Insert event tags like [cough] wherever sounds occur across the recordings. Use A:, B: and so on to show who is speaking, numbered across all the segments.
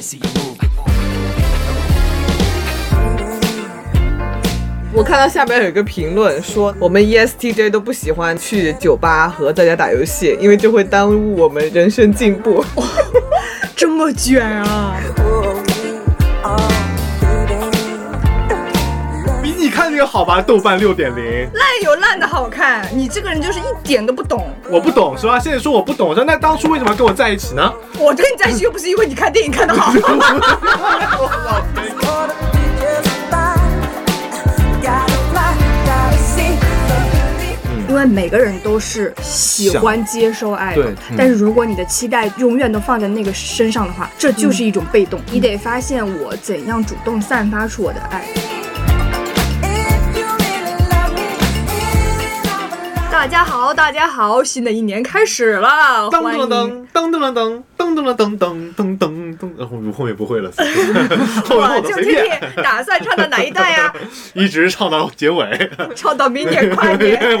A: see you move.
B: 我看到下面有一个评论说，我们 E ESTJ 都不喜欢去酒吧和在家打游戏，因为这会耽误我们人生进步。
C: [laughs] 这么卷啊！
D: 比你看这个好吧？豆瓣六点零，
C: 烂有烂的好看，你这个人就是一点都不懂。
D: 我不懂是吧？现在说我不懂，我说那当初为什么要跟我在一起呢？
C: 我跟你在一起又不是因为你看电影看的好， [laughs] 因为每个人都是喜欢接收爱的
D: 对嗯。
C: 但是如果你的期待永远都放在那个身上的话，这就是一种被动。你得发现我怎样主动散发出我的爱。大家好，大家好，新的一年开始了，
D: 噔
C: 欢迎
D: 噔噔噔噔噔噔噔噔噔噔噔噔，然后后面不会了，后面后
C: 我
D: 头
C: 就
D: 随
C: 听听
D: 便，
C: 打算唱到哪一代呀、
D: 一直唱到结尾。
C: 唱到明年跨 年。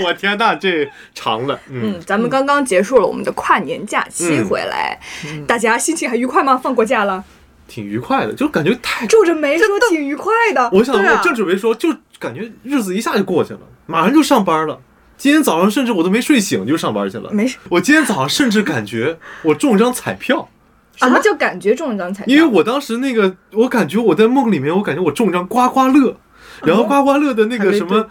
D: [laughs] 我天呐，这长了，嗯，
C: 嗯，咱们刚刚结束了我们的跨年假期
D: 嗯
C: 回来，大家心情还愉快吗？放过假了，
D: 挺愉快的，就感觉太……
C: 皱着眉说挺愉快的。
D: 我想，
B: 对啊
D: 我正准备说，就感觉日子一下就过去了，马上就上班了。今天早上甚至我都没睡醒就上班去了，
C: 没事。
D: 我今天早上甚至感觉我中张彩票，
C: 什么叫感觉中奖彩
D: 啊 [laughs]
C: 票？
D: 因为我当时那个，我感觉我在梦里面，我感觉我中张刮刮
B: [laughs]
D: 乐，然后刮刮乐的那
B: 还
D: 个
B: 没
D: 什么，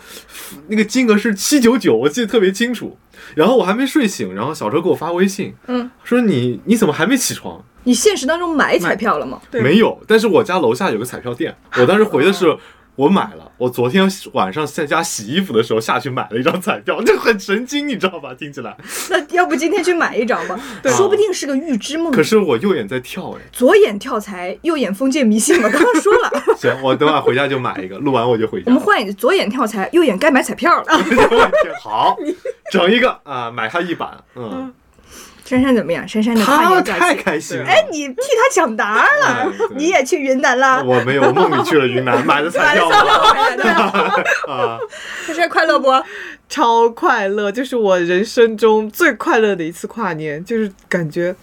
D: 那个金额是七九九，我记得特别清楚。然后我还没睡醒，然后小周给我发微信，
C: 嗯，
D: 说你你怎么还没起床？
C: 你现实当中买彩票了吗？
B: 对
D: 没有，但是我家楼下有个彩票
B: [laughs]
D: 店，我当时回的是。我买了，我昨天晚上在家洗衣服的时候下去买了一张彩票， [laughs] 就很神经，你知道吧？听起来，
C: 那要不今天去买一张
D: [laughs]
C: 吧，说不定是个预知梦。
D: 可是我右眼在跳哎。
C: 左眼跳财，右眼封建迷信嘛，刚刚说
D: [laughs]
C: 了，
D: 行，我等会儿回家就买一个，录完我就回
C: 我
D: 家
C: 们。换一个，左眼跳财，右眼该买彩票
D: 啊
C: 了。
D: [laughs] 好，整一个啊，买它一版，嗯，
C: 珊珊怎么样？珊珊
B: 嗯
C: 的跨
D: 他
C: 年假
D: 太
C: 期，
D: 开心了。
C: 哎，你替他抢答了
D: 哎，对
C: 你也去云南
B: 哎
C: 啦？
D: 我没有，我梦里去了云南买的彩票嘛
C: 对啊，
D: 啊，
C: 珊珊快乐不？
B: 超快乐，就是我人生中最快乐的一次跨年，就是感觉，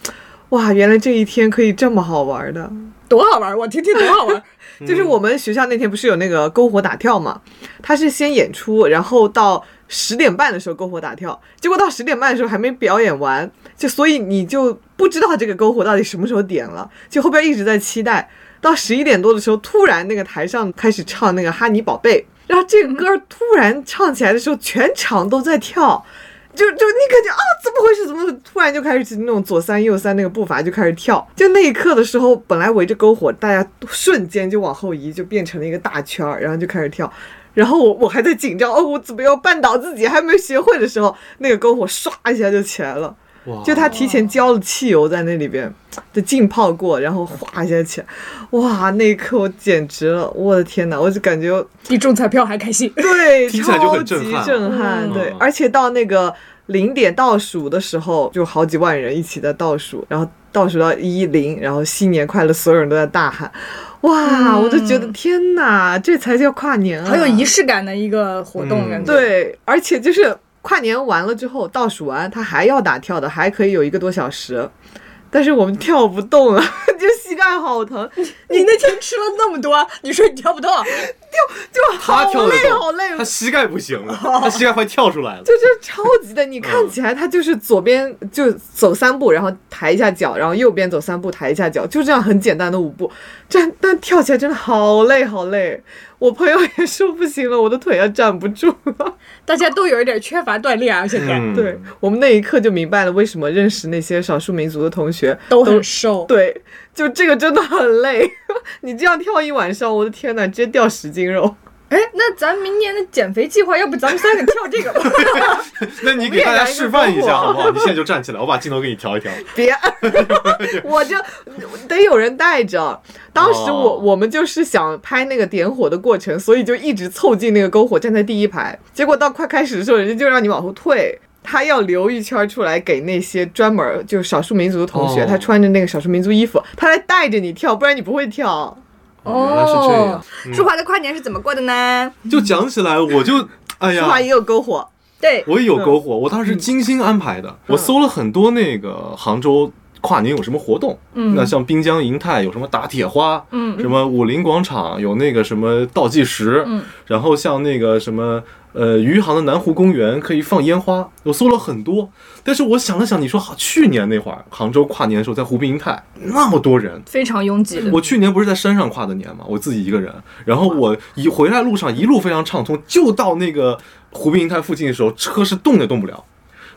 B: 哇，原来这一天可以这么好玩的。
C: 多好玩！我听听多好
D: [laughs]
C: 玩！
B: 就是我们学校那天不是有那个篝火打跳嘛，他是先演出，然后到十点半的时候篝火打跳，结果到十点半的时候还没表演完，就所以你就不知道这个篝火到底什么时候点了，就后边一直在期待，到十一点多的时候，突然那个台上开始唱那个《哈尼宝贝》，然后这个歌突然唱起来的时候，全场都在跳。就就你感觉啊，怎么回事？怎么突然就开始那种左三右三那个步伐就开始跳？就那一刻的时候，本来围着篝火，大家瞬间就往后移，就变成了一个大圈儿，然后就开始跳。然后我我还在紧张哦，我怎么要绊倒自己？还没学会的时候，那个篝火唰一下就起来了。
D: 哇
B: 就他提前浇了汽油在那里边就浸泡过，然后哗一下起来，哇！那一刻我简直了，我的天哪！我就感觉。
C: 比中彩票还开心
D: 啊
B: [laughs] 对，
D: 听起来就
B: 超
D: 很
B: 级
D: 震撼啊
B: 震撼，
C: 嗯
B: 对
D: 嗯，
B: 而且到那个零点倒数的时候，就好几万人一起在倒数，然后倒数到一零，然后新年快乐，所有人都在大喊，哇！我就觉得天哪，这才叫跨年啊，
C: 嗯很有仪式感的一个活动，
D: 嗯
C: 感觉。
B: 对，而且就是跨年完了之后，倒数完他还要打跳的，还可以有一个多小时。但是我们跳不动了， [laughs] 就膝盖好疼，
C: 你那天吃了那么多，你说你跳不动，
B: 就好
D: 他跳得
B: 累
D: 动
B: 好累，
D: 他膝盖不行了，他膝盖快跳出来了。
B: 就这超级的。你看起来他就是左边就走三步，然后抬一下脚，然后右边走三步抬一下脚，就这样很简单的舞步。但但跳起来真的好累好累，我朋友也说不行了，我的腿要站不住了。
C: 大家都有一点缺乏锻炼啊，现在
D: 嗯，
B: [laughs] 对我们那一刻就明白了为什么认识那些少数民族的同学
C: 都很瘦。
B: 对，就这个真的很累， [laughs] 你这样跳一晚上，我的天呐，直接掉十斤肉。
C: 哎，那咱明年的减肥计划，要不咱们三个跳这个吧？ [laughs]
D: 那你给大家示范一下好
B: [laughs]
D: 不好？你现在就站起来，我把镜头给你调一调。
B: 别， [laughs] 我就得有人带着。当时我
D: 哦
B: 我们就是想拍那个点火的过程，所以就一直凑近那个篝火，站在第一排。结果到快开始的时候，人家就让你往后退。他要留一圈出来给那些专门儿就是少数民族的同学，
D: 哦
B: 他穿着那个少数民族衣服，他来带着你跳，不然你不会跳。
C: 哦
D: 原来是这样。嗯
C: 舒华的跨年是怎么过的呢？
D: 就讲起来，我就哎
B: 舒
D: 呀，
B: 华也有篝火，
C: 对，嗯
D: 我也有篝火，我当时精心安排的，我搜了很多那个杭州跨年有什么活动，
C: 嗯
D: 那像滨江银泰有什么打铁花，
C: 嗯
D: 什么武林广场有那个什么倒计时，
C: 嗯
D: 然后像那个什么呃余杭的南湖公园可以放烟花，我搜了很多，但是我想了想，你说好去年那会儿杭州跨年的时候在湖滨银泰那么多人，
C: 非常拥挤的。
D: 我去年不是在山上跨的年嘛，我自己一个人，然后我一回来路上一路非常畅通，就到那个湖滨银泰附近的时候，车是动也动不了。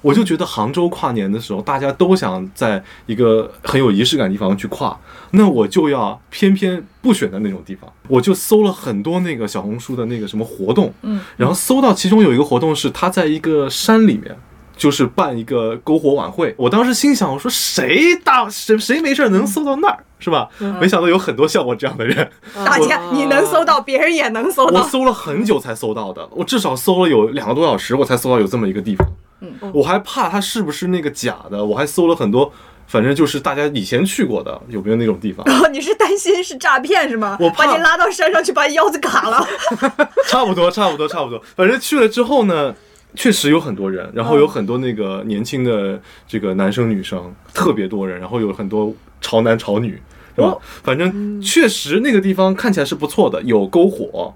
D: 我就觉得杭州跨年的时候，大家都想在一个很有仪式感的地方去跨，那我就要偏偏不选在那种地方。我就搜了很多那个小红书的那个什么活动，
C: 嗯，
D: 然后搜到其中有一个活动是他在一个山里面。就是办一个篝火晚会，我当时心想，我说谁大谁谁没事儿能搜到那儿是吧？没想到有很多像我这样的人，
C: 大家
B: 哦
C: 你能搜到，别人也能搜
D: 我
C: 到。
D: 搜了很久才搜到的，我至少搜了有两个多小时，我才搜到有这么一个地方。
C: 嗯，
D: 我还怕它是不是那个假的，我还搜了很多，反正就是大家以前去过的有没有那种地方，
C: [laughs] 然后你是担心是诈骗是吗？
D: 我
C: 把
D: 怕
C: 你拉到山上去把腰子卡了。
D: [laughs] 差不多，差不多，差不多。反正去了之后呢，确实有很多人，然后有很多那个年轻的这个男生女生，特别多人，然后有很多潮男潮女，是吧？反正确实那个地方看起来是不错的，有篝火。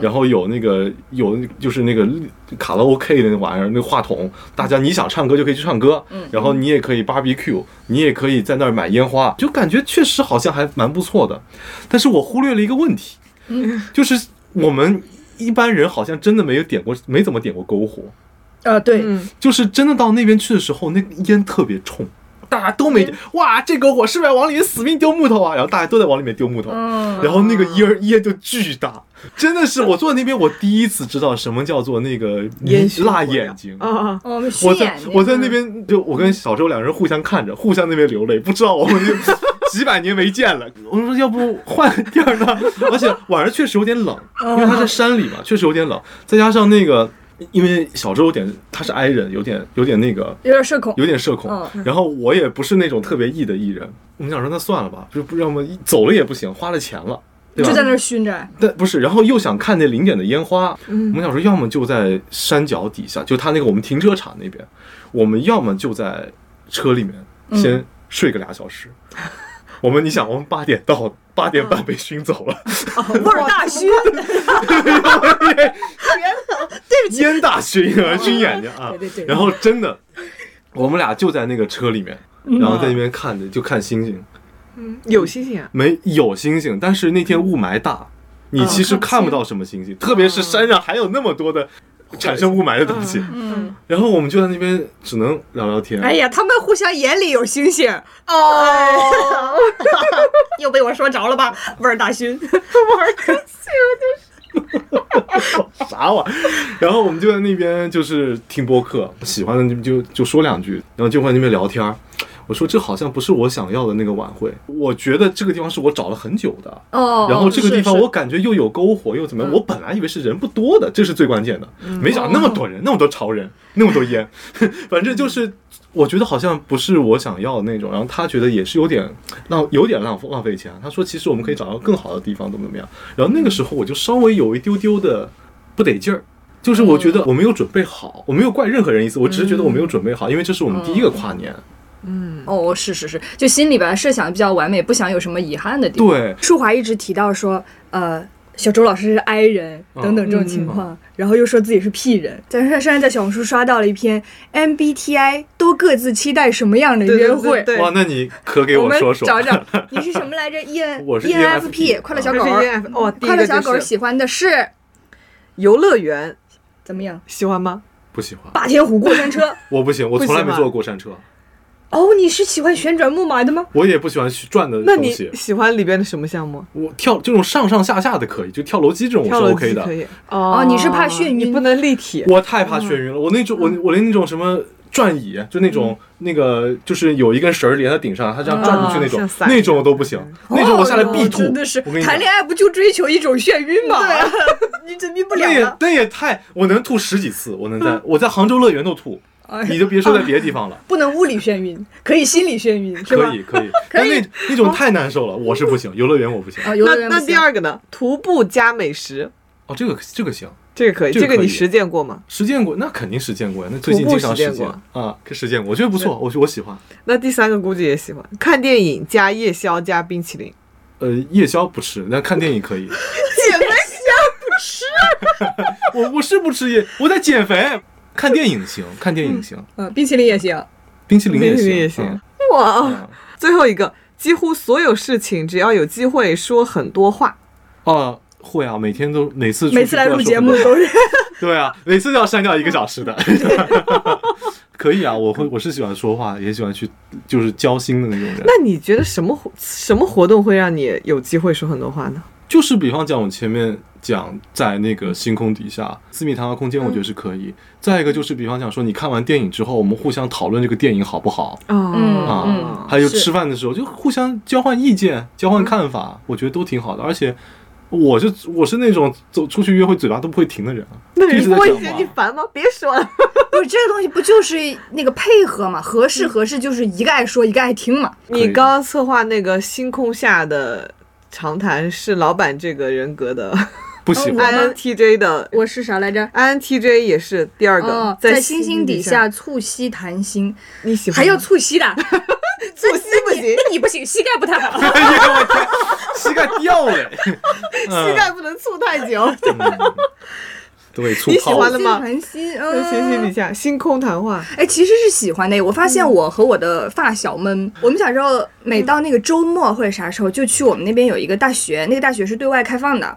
D: 然后有那个有就是那个卡拉 OK 的那玩意儿，那个话筒，大家你想唱歌就可以去唱歌，然后你也可以 barbecue，你也可以在那儿买烟花，就感觉确实好像还蛮不错的。但是我忽略了一个问题，就是我们一般人好像真的没有点过，没怎么点过篝火。啊
C: 呃，对
B: 嗯，
D: 就是真的到那边去的时候，那烟特别冲，大家都没、哇，这篝火是不是要往里面死命丢木头啊？然后大家都在往里面丢木头，
C: 嗯
D: 然后那个烟儿烟就巨大，真的是我坐在那边，我第一次知道什么叫做那个
B: 烟熏
D: 辣
B: 火
D: 眼
B: 呀
D: 睛。
B: 啊啊，
C: 哦我们
D: 我
C: 虚
D: 在
C: 掩
D: 我在那边就我跟小周两人互相看着，互相那边流泪，不知道我们就 [laughs] 几百年没见了。我说要不换个地儿呢？而且晚上确实有点冷，
C: 嗯
D: 因为他在山里嘛，确实有点冷。再加上那个，因为小周有点他是 I 人，有点有点那个
C: 嗯有点社恐。
D: 有点社恐
C: 嗯，
D: 然后我也不是那种特别 E 的 E 人，我们想说那算了吧，就不要么走了也不行，花了钱了，对吧
C: 就？在那儿熏
D: [laughs]
C: 着，
D: 但不是，然后又想看那零点的烟花，
B: 嗯
D: 我们想说，要么就在山脚底下，就他那个我们停车场那边，我们要么就在车里面
C: 嗯
D: 先睡个俩小时。我们你想，我们八点到，八点
C: 嗯
D: 半被熏走了，
C: 味儿大熏，
D: 烟大熏啊，熏眼睛啊
C: 对对对。
D: 然后真的，我们俩就在那个车里面，
C: 嗯
D: 然后在那边看着就看星星，
B: 有星星啊，
D: 没有星星，但是那天雾霾大，你其
C: 嗯
D: 实看不到什么星星，特别是山上还有那么多的产生雾霾的东西。
C: 嗯，
D: 然后我们就在那边只能聊聊天。 [laughs]
C: 哎呀，他们互相眼里有星星，
B: 哦，
C: [laughs] 又被我说着了吧？味儿大熏，
D: 啥玩意儿？然后我们就在那边就是听播客，喜欢的就就说两句，然后就在那边聊天儿。我说这好像不是我想要的那个晚会，我觉得这个地方是我找了很久的。
C: 哦
D: 然后这个地方
C: 是是
D: 我感觉又有篝火又怎么样，我本来以为是人不多的，这是最关键的，没想到那么多人，那么多潮人， [laughs] 那么多烟，反正就是我觉得好像不是我想要的那种。然后他觉得也是有点浪，有点浪费浪费钱。他说其实我们可以找到更好的地方，怎么怎么样。然后那个时候我就稍微有一丢丢的不得劲儿。就是我觉得我没有准备好，我没有怪任何人意思，我只是觉得我没有准备好，因为这是我们第一个跨年。
C: 哦，是是是，就心里边设想的比较完美，不想有什么遗憾的地方。
D: 对，
A: 舒华一直提到说，呃，小周老师是 I 人
B: 嗯
A: 等等这种情况，然后又说自己是 P 人。咱现在在小红书刷到了一篇 MBTI 都各自期待什么样的
B: 对
A: 约
B: 对
A: 会。
B: 对，
D: 哇，那你可给
A: 我们
D: 说说，
A: 找找
B: [laughs]
A: 你是什么来着？E N
D: 我是
A: E N F P
D: ENFP
A: 快乐
D: 啊
A: 小
B: 这
A: 狗
B: 是
A: 儿，
B: ENF 哦，第一
A: 快乐
B: 个
A: 小狗儿
B: 就是
A: 喜欢的是
B: 游乐园，
A: 怎么样？
B: 喜欢吗？
D: 不喜欢，
A: 霸天虎过山车。 [laughs]
D: 我不行，我
B: 不
D: 从来
B: 喜
D: 没
B: 欢
D: 坐过过山车。
A: 哦，你是喜欢旋转木马的吗？
D: 我也不喜欢去转的
B: 那
D: 东
B: 你
D: 西。
B: 喜欢里边的什么项目？
D: 我跳这种上上下下的可以，就跳楼机这种我
B: 跳
D: 是
B: 楼
D: OK
B: 机
D: 的
B: 可。以哦
A: 你是怕眩晕
B: 你不能立体。
D: 我太怕眩
A: 嗯
D: 晕了，我那种我我连那种什么转椅，就那种那个就是有一根绳儿连在顶上，它这样转出去那种
B: 像，伞
D: 那种我都不行， [laughs] 那种我下来必
A: 嗯哦
D: 吐。
A: 真的是
D: 我跟你
A: 谈
D: 讲。啊
A: 恋爱不就追求一种眩晕吗？ [laughs] 你怎么晕不
D: 那
A: 了啊嗯
D: 也
A: 了？
D: 那也太，我能吐十几次，我能在我在杭州乐园都吐，
A: 哎
D: 你就别说在别的地方了。
A: 不能物理眩晕，可以心理眩晕， [laughs] 是吧
D: 可？以
A: [laughs]
D: 可以，但那那
A: 哦
D: 种太难受了，我是不行，游乐园我不行。
A: 啊，游乐
B: 那
A: 园
B: 那
A: 不
B: 第
A: 行
B: 二个呢？徒步加美食，
D: 哦，这个这个行，
B: 这个可以，
D: 这个
B: 这个
D: 可
B: 你
D: 以
B: 实践过吗？
D: 实践过，那肯定实践过呀。那最近
B: 徒步
D: 经常
B: 实践
D: 实践
B: 过
D: 啊，可实践过，我觉得不错，我我喜欢。
B: 那第三个估计也喜欢看电影加夜宵加冰淇淋，
D: 呃，夜宵不吃，但看电影可以。
B: 姐妹
D: [laughs] 我我是不吃夜，我在减肥。看电影行，看电影行，
A: 嗯，冰淇淋也行，
D: 冰淇淋也
B: 冰淇
D: 行，
B: 淋也行
D: 嗯
B: 哇！
D: 嗯
B: 最后一个，几乎所有事情只要有机会说很多话，
D: 哦，会啊，每天都每次出去
A: 每次来
D: 都要
A: 录
D: 说
A: 节
D: 很
A: 目
D: 多
A: 都是
D: [laughs] 对啊，每次都要删掉一个小时的。可以啊，我会我是喜欢说话，也喜欢去就是交心的那种人。
B: 那你觉得什么活什么活动会让你有机会说很多话呢？
D: 就是比方讲，我前面讲在那个星空底下，四米谈话空间，
B: 嗯
D: 我觉得是可以。再一个就是比方讲说，你看完电影之后，我们互相讨论这个电影好不好
A: 哦嗯
D: 啊？
B: 啊，
D: 还有
A: 是
D: 吃饭的时候就互相交换意见、交
B: 嗯
D: 换看法，我觉得都挺好的。而且我是我是那种走出去约会嘴巴都不会停的人啊，
B: 那
D: 一
B: 人
D: 直在
B: 多一
D: 讲
B: 些
D: 话
B: 你。烦吗？别说了，
C: 不是这个东西不就是那个配合嘛？合适合适就是一个爱说一个爱听嘛。
D: 可以
B: 你刚刚策划那个星空下的长谈是老板这个人格的
D: 不
B: 哦
D: 喜
A: 我
D: 欢
A: 吗
B: INTJ 的
A: 我是啥来着？
B: INTJ 也是第二个
A: 哦，，
B: 在
C: 嗯星星底下，促膝谈心，
B: 你喜欢
A: 还要
B: 促
A: 促膝
D: [laughs]
A: 的，
B: 膝不
A: [laughs]
B: 行，
A: 那你不行，膝盖不太好。
D: [laughs] 哎呀，我天，膝盖掉了， [laughs] 膝
B: 膝盖不能促太 [laughs] 久。
D: 嗯对，醋
B: 你喜
D: 泡
B: 欢
D: 了
B: 了吗
C: 促膝
D: [laughs]
B: 在
C: 谈心，
B: 星星
C: 嗯。
B: 底下，星空谈话，
C: 哎，其实是喜欢的。我发现我和我的发小们，我们小时候每到那个周末或者啥时候，就去我们那边有一个大学，那个大学是对外开放的，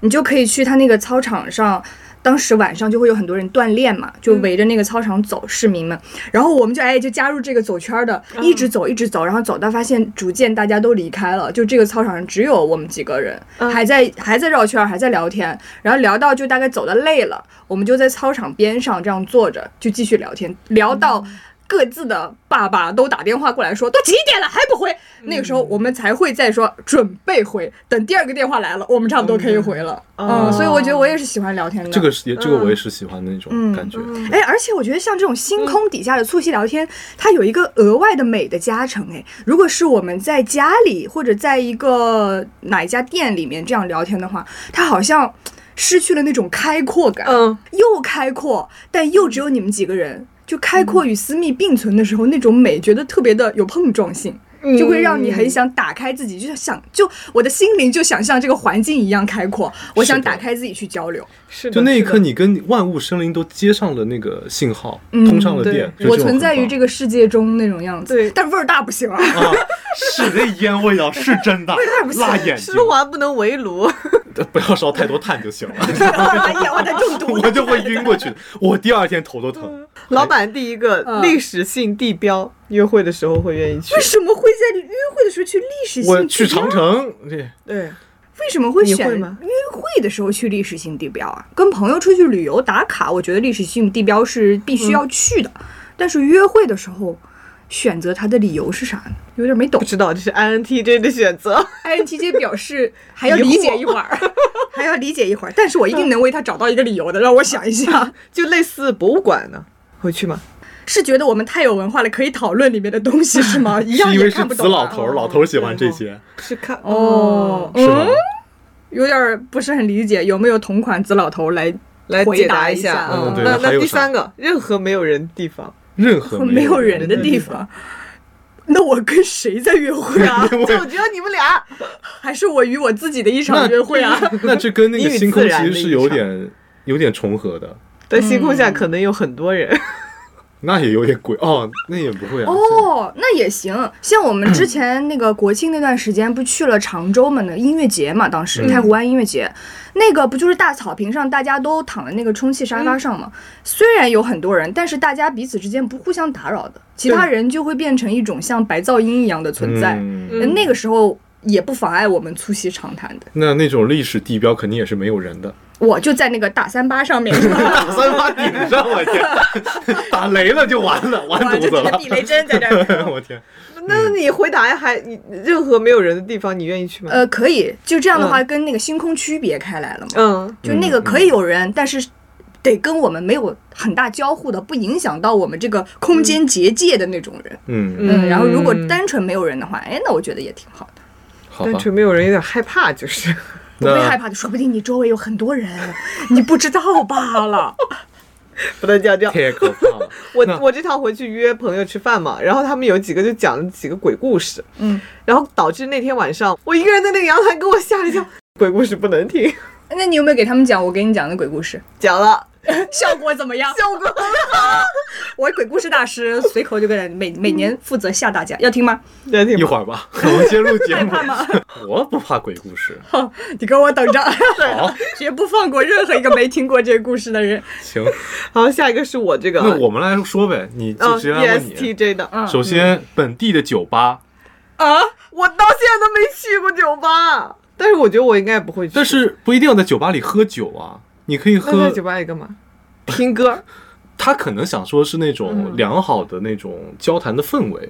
C: 你就可以去他那个操场上。当时晚上就会有很多人锻炼嘛，
B: 嗯
C: 就围着那个操场走，市民们。然后我们就哎就加入这个走圈儿的，
B: 嗯
C: 一直走一直走，然后走到发现逐渐大家都离开了，就这个操场上只有我们几个人，
B: 嗯
C: 还在还在绕圈儿，还在聊天。然后聊到就大概走的累了，我们就在操场边上这样坐着，就继续聊天，聊到
B: 嗯
C: 各自的爸爸都打电话过来说，都几点了还不回。
B: 嗯
C: 那个时候我们才会再说准备回，等第二个电话来了，我们差不多可以回了。
B: 嗯
C: 嗯，
B: 哦
C: 所以我觉得我也是喜欢聊天的。
D: 这个是也这个我
B: 嗯
D: 也是喜欢的那种感觉。
C: 哎，而且我觉得像这种
D: 嗯
C: 星空底下的促膝聊天，它有一个额外的美的加成。哎，如果是我们在家里或者在一个哪一家店里面这样聊天的话，它好像失去了那种开阔感，
B: 嗯，
C: 又开阔，但又只有你们几个人。就开
D: 嗯
C: 阔与私密并存的时候，那种美觉得特别的有碰撞性，
D: 嗯
C: 就会让你很想打开自己，就想就我的心灵就想像这个环境一样开阔，我想
D: 是的
C: 打开自己去交流。
B: 嗯是
D: [laughs]
B: 的
D: 就那一
B: 是的
D: 刻，你跟万物生灵都接上了那个信号，
C: 嗯
D: 通上了电。就
C: 我
D: 这种
C: 存在于
D: [laughs]
C: 这
D: 很
C: 个世界中那种样子。
B: 对
C: 但味儿大不行啊。 [laughs]
D: 棒啊，是那烟味道是真的，辣眼睛
B: 吃，完不能围炉，
D: [laughs] 不要烧太多炭就行
C: [laughs]
D: 了，
C: 野外的中毒。
D: 我就会晕过去的。我第二天头都
C: 嗯
D: 疼。
B: 老板第一个
A: 嗯
B: 历史性地标，约会的时候会愿意去
C: 为。什么会在约会的时候去历史性地标？
D: 我去长城，这
B: 对，
C: 为什么会
B: 你
C: 选
B: 会吗
C: 约会的时候去历史性地标啊？跟朋友出去旅游打卡，我觉得历史性地标是必须要去的。但是约会的时候，选择它的理由是啥呢？有点没懂 [laughs]
B: 不。知道这是 INTJ 的选择。
C: INTJ 表示 [laughs] 还要理解一会儿， [laughs] 还要理解一会儿。但是我一定能为他找到一个理由的，让我想一下。 [laughs]
B: 就类似博物馆呢，会去吗？
C: 是觉得我们太有文化了，可以讨论里面的东西是
D: [laughs]
C: 吗？一样
D: 是因为
C: 也
D: 是
C: 看不
D: 死
C: 懂 [laughs]
D: 老
C: 啊。
D: 头儿，老头儿喜欢这些，
B: 是看
C: 哦，
D: 是吗
C: 嗯，？有点儿不是很理解，有没有同款紫老头来？
B: 来
C: 回
B: 解
C: 答
B: 答
C: 一
B: 下。
C: 下
D: 嗯对
B: 那
D: 那还
B: 那
D: 有
B: 第
D: 啥
B: 三个，任何没有人地方，
D: 任何
C: [laughs] 没有
D: 人
C: 人的地方。 [laughs] 那我跟谁在约
B: [laughs]
C: 会 [laughs] 啊？
B: 就只有你们俩。
C: 还是我与我自己的一场约 [laughs] 会啊？
D: 那这跟那个
B: 你与
D: 星空
B: 自
D: 其
B: 然
D: 实
B: 的
D: 是
B: 一
D: 有
B: 场
D: 点有点重合的，
B: [laughs] 在星空下可能有很多人，
D: 那也有点鬼哦，那也不会啊。
C: 哦，那也行。像我们之前那个国庆那段时间，不去了常州嘛的音乐节嘛，当时
D: 嗯
C: 太湖湾音乐节，那个不就是大草坪上大家都躺在那个充气沙发上嘛？虽然有很多人，但是大家彼此之间不互相打扰的，其他人就会变成一种像白噪音一样的存在。
D: 嗯
B: 嗯
C: 那个时候也不妨碍我们促膝长谈的。
D: 那那种历史地标肯定也是没有人的，
C: 我就在那个大三巴上面，
B: [laughs]
D: 大三八顶上，我天，打雷了就完了，完犊子了，
C: 雷针在这
D: 我天，
B: [laughs] 那你回答呀还你任何没有人的地方，你愿意去吗？
C: [laughs] 呃，可以，就这样的话，跟那个星空区别开来了嘛。
B: 嗯，
C: 就那个可以有人，但是得跟我们没有很大交互的，不影响到我们这个空间结界的那种人。
D: 嗯，
B: 嗯
C: 嗯，然后如果
B: 嗯
C: 单纯没有人的话，哎，那我觉得也挺好的。
D: 好吧
B: 单，纯没有人有点害怕，就是 [laughs]
A: 不会害怕的，说不定你周围有很多人，你不知道罢
B: [laughs]
A: 了。
B: 不能这样这样。
D: 太可怕了。
B: 我
D: 那
B: 我这趟回去约朋友吃饭嘛，然后他们有几个就讲了几个鬼故事，
C: 嗯，
B: 然后导致那天晚上我一个人在那个阳台，给我吓了一跳。鬼故事不能听，
C: 那你有没有给他们讲我给你讲的鬼故事？
B: 讲了
C: [laughs] 效果怎么样？
B: 效果
C: [laughs] 我鬼故事大师随口就给人每每年负责吓大家，要听吗？
B: 真挺
D: 一会儿吧，我们先录节目
C: 害怕吗。
D: 我不怕鬼故事，
C: 你给我等着，
D: 好，
C: [laughs] 绝不放过任何一个没听过这个故事的人。
D: 行，
B: 好，下一个是我这个，
D: 那我们来说呗，你就
B: 嗯
D: 直接来问你。
B: ，ESTJ 的，
C: 嗯
D: 首先，本地的酒吧，
C: 啊，
B: 我到现在都没去过酒吧，但是我觉得我应该不会去。
D: 但是不一定要在酒吧里喝酒啊，你可以
B: 那
D: 喝
B: 在。酒吧里干嘛？听歌。
D: 他可能想说是那种良好的那种交谈的氛围，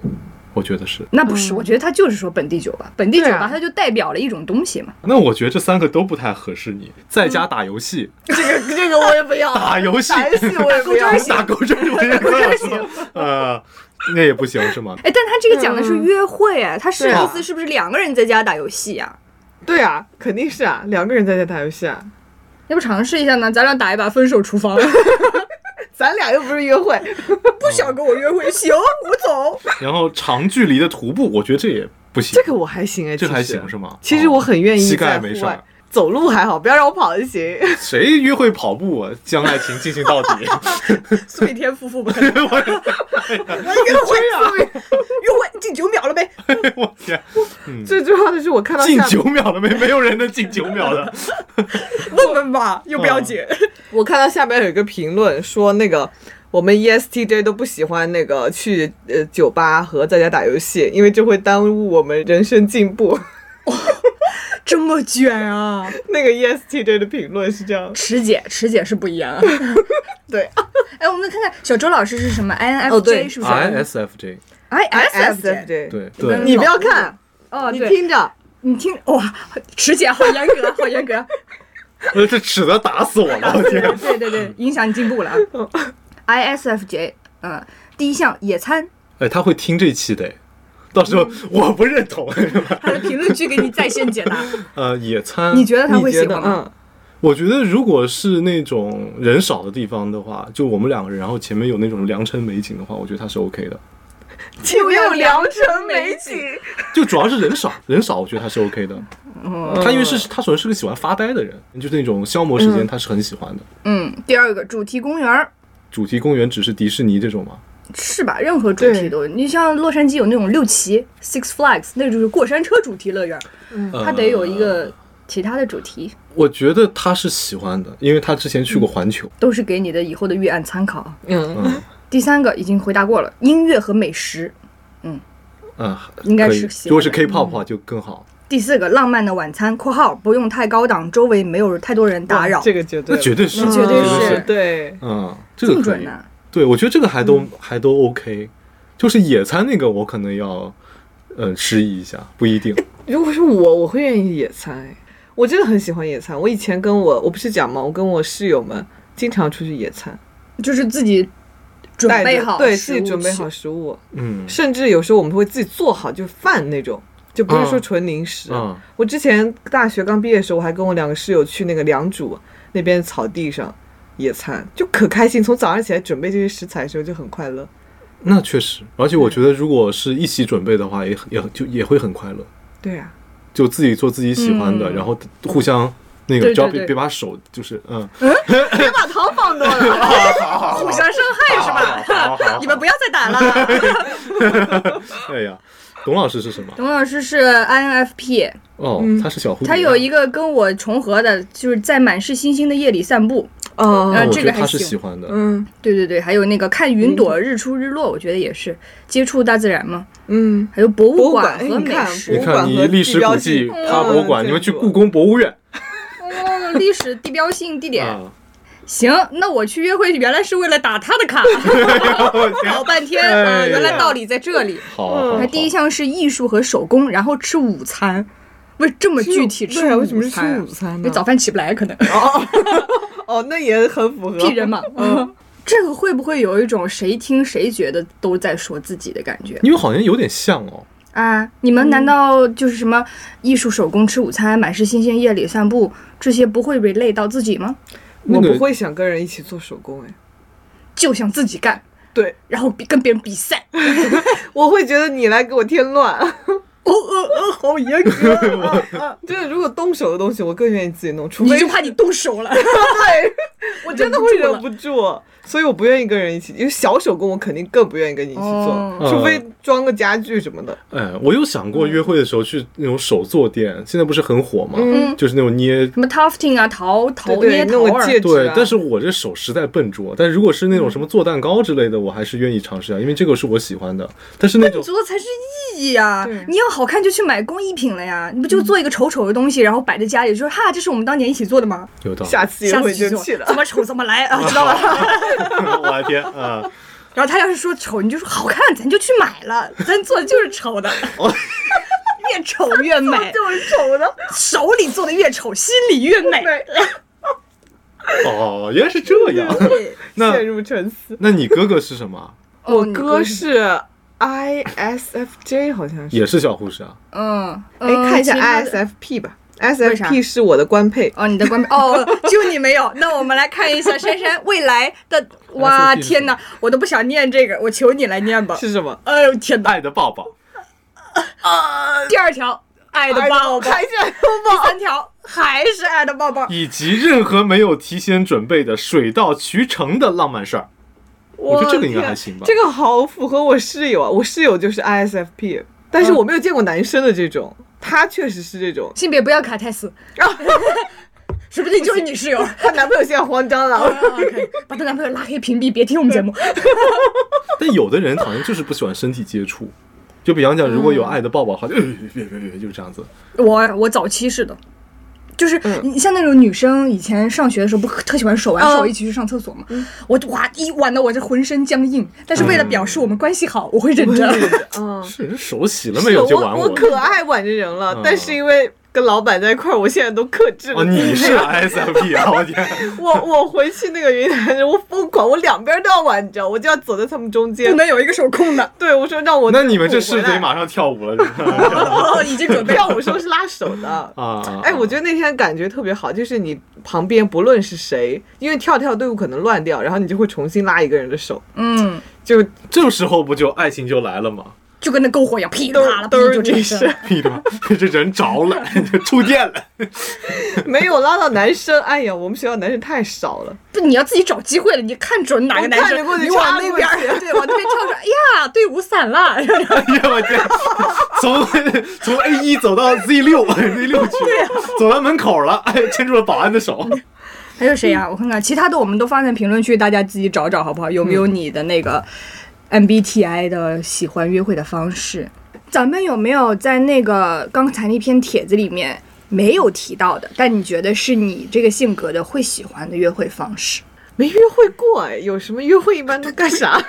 D: 我觉得是。
C: 那不是，我觉得他就是说本地酒吧，本地酒
B: 对
C: 吧
B: 啊
C: 它就代表了一种东西嘛。
D: 那我觉得这三个都不太合适你。在家打游戏，
B: 这个 [laughs] 这个我也不要，
D: 打游戏，
B: 啊打游戏我也不要。
D: [laughs] 打勾针我也不想说， [laughs] 呃，那也不行是吗？
C: 哎，但他这个讲的是约会，哎，他是
B: 对啊
C: 意思是不是两个人在家打游戏呀？
B: 对啊，肯定是啊，两个人在家打游戏啊，
C: 要不尝试一下呢？咱俩打一把分手厨 [laughs] 房。
B: 咱俩又不是约会，
C: 不想跟我约会，行，我走。
D: 然后长距离的徒步，我觉得这也不行。
B: 这个我还行哎，
D: 这还
B: 其实
D: 行是吗哦
B: 其实我很愿意
D: 膝盖
B: 在
D: 没
B: 户
D: 事儿
B: 外走路还好，不要让我跑就 [laughs] 行。
D: 谁约会跑步啊？将爱情进行到
B: [laughs]
D: 底。
C: 所以天夫妇吧，
D: 我
C: [laughs] 约 [laughs] 会啊，约会进九秒了呗。
D: 我天，
B: 最重要的是我看到
D: 进
B: 下
D: 九秒了没？没有人能进九秒
B: [laughs]
D: 的。
C: 问问吧，又不要
D: 嗯
C: 紧。
B: 我看到下边有一个评论说那个。我们 E ESTJ 都不喜欢那个去呃酒吧和在家打游戏，因为这会耽误我们人生进步。 [laughs]
C: 这么卷啊！
B: 那个 E ESTJ 的评论是这样，
C: 池姐，池姐是不一样啊。
B: [laughs] 对
C: 哎，我们来看看小周老师是什么
B: 哦对
C: INFJ 是不是
D: ISFJ，
C: ？ISFJ。
B: ，SFJ，
D: 对
C: 对
D: 对，
B: 你不要看，
C: 哦，
B: 你
C: 对，
B: 听着，
C: 你听，哇，池姐好严格，好严格。
D: 呃，这尺子打死我了，我天。
C: 对对对，影响你进步了啊。ISFJ，嗯，第一项野餐，
D: 哎，他会听这期的，到时候我不认同。
C: 他的评论区给你在线解
B: [laughs]
C: 答。
D: [laughs] 呃，野餐，
C: 你觉得他
B: 嗯
C: 会
B: 你觉
C: 喜
B: 得
C: 欢吗？
B: 嗯，
D: 我觉得如果是那种人少的地方的话，就我们两个人，然后前面有那种良辰美景的话，我觉得他是 OK 的。
B: 前面有良辰美景，
D: 就主要是人少， [laughs] 人少，我觉得他是 OK 的。他因为是他首先是个喜欢发呆的人，就是那种消磨时间，他是很喜欢的。
C: 嗯，第二个主题公园儿
D: 主题公园只是迪士尼这种吗？
C: 是吧？任何主题
B: 对
C: 都有，你像洛杉矶有那种六旗 （Six Flags），那就是过山车主题乐园，
B: 嗯
C: 它嗯得有一
D: 呃
C: 个其他的主题，
D: 我觉得他是喜欢的，因为他之前去过环球。
C: 都是给你的以后的预案参考。
B: 嗯，
D: 嗯
C: 第三个已经回答过了，音乐和美食。
D: 嗯，
C: 应该
D: 可以
C: 是喜欢的嗯
D: 如果是 K-pop 的话就更好。
C: 第四个，浪漫的晚餐（括号不用太高档，周围没有太多人打扰
B: 这个绝对，
D: 那绝对是，
B: 嗯
C: 绝对
D: 是
B: 嗯对，
D: 嗯，这个
C: 精
D: 可
C: 准啊
D: 以。
C: 呐
D: 对，我觉得这个还都、
C: 嗯
D: 还都 OK，就是野餐那个我可能要，嗯、迟疑一下，不一定。
B: 如果是我，我会愿意野餐，哎我真的很喜欢野餐。我以前跟我，我不是讲嘛，我跟我室友们经常出去野餐，
C: 就是自己准
B: 带着
C: 备好，
B: 对自己准备好。食物，
D: 嗯
B: 甚至有时候我们会自己做好，就是饭那种。就不是说
D: 嗯
B: 纯零食，啊
D: 嗯
B: 我之前大学刚毕业的时候，我还跟我两个室友去那个良渚那边草地上野餐，就可开心。从早上起来准备这些食材的时候就很快乐。
D: 那确实，而且我觉得如果是一起准备的话，也也就也会很快乐，
B: 对啊，
D: 就自己做自己喜欢的，
B: 嗯
D: 然后互相那个，
C: 对
D: 只要
C: 对
D: 别
C: 对
D: 别把手就是嗯，
C: 别把糖放
B: [laughs]
C: 多了，互相伤害是
D: 好好好
C: 吧？你们不要再打了。
B: [laughs]
D: 哎呀，董老师是什么？
C: 董老师是 INFP，
D: 哦，他是小蝴蝶，啊
C: 嗯他有一个跟我重合的，就是在满是星星的夜里散步。
B: 哦
D: 哦，
C: 呃
D: 我
C: 这
D: 觉
C: 个
D: 得
C: 还
D: 他是
C: 行
D: 喜欢的，
B: 嗯
C: 对对对，还有那个看云朵、日出、日落，我觉得也是接触大自然嘛。
B: 嗯，
C: 还有博物
B: 馆
C: 和
B: 哎你
C: 美
B: 看
C: 食
D: 你，
B: 博物
D: 看
B: 馆
D: 你
B: 和
D: 历
B: 地
D: 史
B: 标
D: 古
B: 记
D: 迹、趴博物
B: 嗯
D: 馆，你们去
B: 见
D: 故
B: 过
D: 宫博物院
C: 哦，历史地标性地点。
D: 啊！ [laughs]
C: 行，那我去约会原来是为了打他的卡， [laughs]
D: 我天
C: 搞半天，
D: 哎呀
C: 呃，原来道理在这里。
D: 好，啊
B: 嗯
D: 好
C: 那第一
D: 好
C: 项是艺术和手工，然后吃午餐。为这么具体吃
B: 对啊，为什
C: 午
B: 么是吃
C: 餐啊？
B: 午餐
C: 因
B: 呢啊
C: 为？早饭起不来，可能
B: 哦， [laughs] 那也很符合
C: 屁人嘛。嗯， [laughs] 这个会不会有一种谁听谁觉得都在说自己的感觉？
D: 你们好像有点像哦。
C: 啊，你们难道就是什么艺术手工吃午餐、满是新鲜夜里散步这些不会 relate 到自己吗？
B: 我
D: 那个
B: 不会想跟人一起做手工哎，
C: 就想自己干，
B: 对
C: 然后比跟别人
B: [laughs]
C: 比赛。
B: 我会觉得你来给我添乱。
C: [laughs] 哦哦哦，好严格，啊
D: [laughs]
B: 就是如果动手的东西，我更愿意自己弄，除非
C: 你就怕你动手了。
B: 我真的会忍不住，所以我不愿意跟人一起。因为小手工，我肯定更不愿意跟你一起做
C: 哦，
B: 除非装个家具什么的。
D: 哎，我有想过约会的时候去那种手作店，现在不是很火吗？
B: 嗯
D: 就是那种捏
C: [laughs] 什么 tufting 啊，陶陶
B: 对对，
C: 捏
B: 弄
C: 陶
B: 个
C: 儿，
B: 戒指
D: 对
B: 啊，，
D: 但是我这手实在笨拙。但如果是
B: 嗯
D: 那种什么做蛋糕之类的，我还是愿意尝试啊，因为这个是我喜欢的。但是那种
C: 做才是意义呀
B: 对！
C: 你要好看就去买工艺品了呀，你不就做一个丑丑的东西，然后摆在家里，就说哈，这是我们当年一起做
B: [laughs]
C: 的吗？
D: 有道理，
B: 下次约
C: 下次
B: 会 [laughs] 就
C: 去做
B: 去了 [laughs]
C: 怎。么丑怎么来啊，知道吧？
D: [laughs] 我的天啊！
C: 然后他要是说丑，你就说好看，咱就去买了，咱做的就是丑的，
B: 哦
C: [laughs] 越丑
B: [laughs]
C: 越美，
B: 就是丑的，
C: 手里做的越丑，心里越
B: [laughs]
C: 美。 [laughs]
D: 哦，原来是这
B: [laughs]
D: 样。那
B: 陷入沉思。
D: 那你哥哥是什么？
B: [laughs]
C: 哦
B: 我
C: 你
B: 哥
C: 哥
B: 是 ISFJ，好像是
D: 也。是小护士啊？
C: 嗯，
B: 哎，看一下
C: 其他的
B: ISFP 吧
C: 为啥
B: ，ISFP 是我的官配。
C: 哦，你的官配哦，就你没有。那我们来看一下珊珊未来的，哇，
D: 是是是
C: 天哪，我都不想念这个，我求你来念吧。
B: 是什么？
C: 哎呦天哪！
D: 爱的抱抱，
C: 第二条，爱的抱抱；
B: 哎还是
C: 第三条，还是爱的抱抱。
D: 以及任何没有提前准备的水到渠成的浪漫事儿。我觉得这个应该还行吧
B: 嗯这个好符合我室友啊，我室友就是 ISFP，但是我没有见过男生的这种，他确实是这种。
C: 性别不要卡太死，说不定 [laughs] 就是你室友。
B: 她男朋友现在慌张
C: 啊
B: 了，
C: OK，把她男朋友拉黑屏蔽，别听我们节目。
D: 但有的人好像就是不喜欢身体接触。就比方讲，如果
B: 嗯
D: 有爱的抱抱，好像、呃别别别别，就是这样子。
C: 我我早期是的，就是
B: 嗯
C: 你像那种女生，以前上学的时候不特喜欢手挽手
B: 嗯
C: 一起去上厕所嘛？我哇一挽的我这浑身僵硬，但是为了表示我们关系好，我会忍着。
B: [laughs] 嗯，
D: 是人手洗了没有就玩
B: 我可爱挽着人了
D: 嗯，
B: 但是因为跟老板在一块儿，我现在都克制了。
D: 哦，你
B: [laughs]
D: 是 ISFP 啊！我天，
B: 我我回去那个云南人，我疯狂，我两边都要挽，你知道，我就要走在他们中
C: [laughs] 不
B: 间。，
C: 能有一个手空的
B: [laughs] 对，我说让我
D: 那你们这
B: 是
D: 是得马上跳舞了是吧
C: 哦，已经准备
B: 跳舞时候是拉手的。
D: 啊！
B: 哎，我觉得那天感觉特别好，就是你旁边不论是谁，因为跳跳队伍可能乱掉，然后你就会重新拉一个人的手，
C: [laughs] 嗯，
B: 就
C: [laughs]
D: 得这时候不就爱情就来了吗？
C: 就跟那篝火一样，噼里
B: 都
C: 啪啦，
B: 都
C: 就是这
B: 女
C: 一声
B: 生。，
D: 屁的吧，这人着了，就触电了。
B: 没有拉到男生。哎呀，我们学校男生太少了，
C: 不，你要自己找机会了，你看准哪个男
B: 我看
C: 生
B: 着过，去
C: 你往
B: 插
C: 那
B: 过
C: 边儿，
B: 去
C: 对，往那边跳出来，哎呀，队伍散了，
D: 哎呀，我天，从从 A 一走到 Z 六 [laughs] ，Z 六去，
B: 啊
D: 走到门口了，哎，牵住了保安的手。
C: 还有谁
D: 嗯
C: 呀、我看看，其他的我们都放在评论区，大家自己找找好不好？有没有
D: 嗯
C: 你的那个 MBTI 的喜欢约会的方式？咱们有没有在那个刚才那篇帖子里面没有提到的，但你觉得是你这个性格的会喜欢的约会方式？
B: 没约会过哎，有什么约会一般都干啥？ [laughs]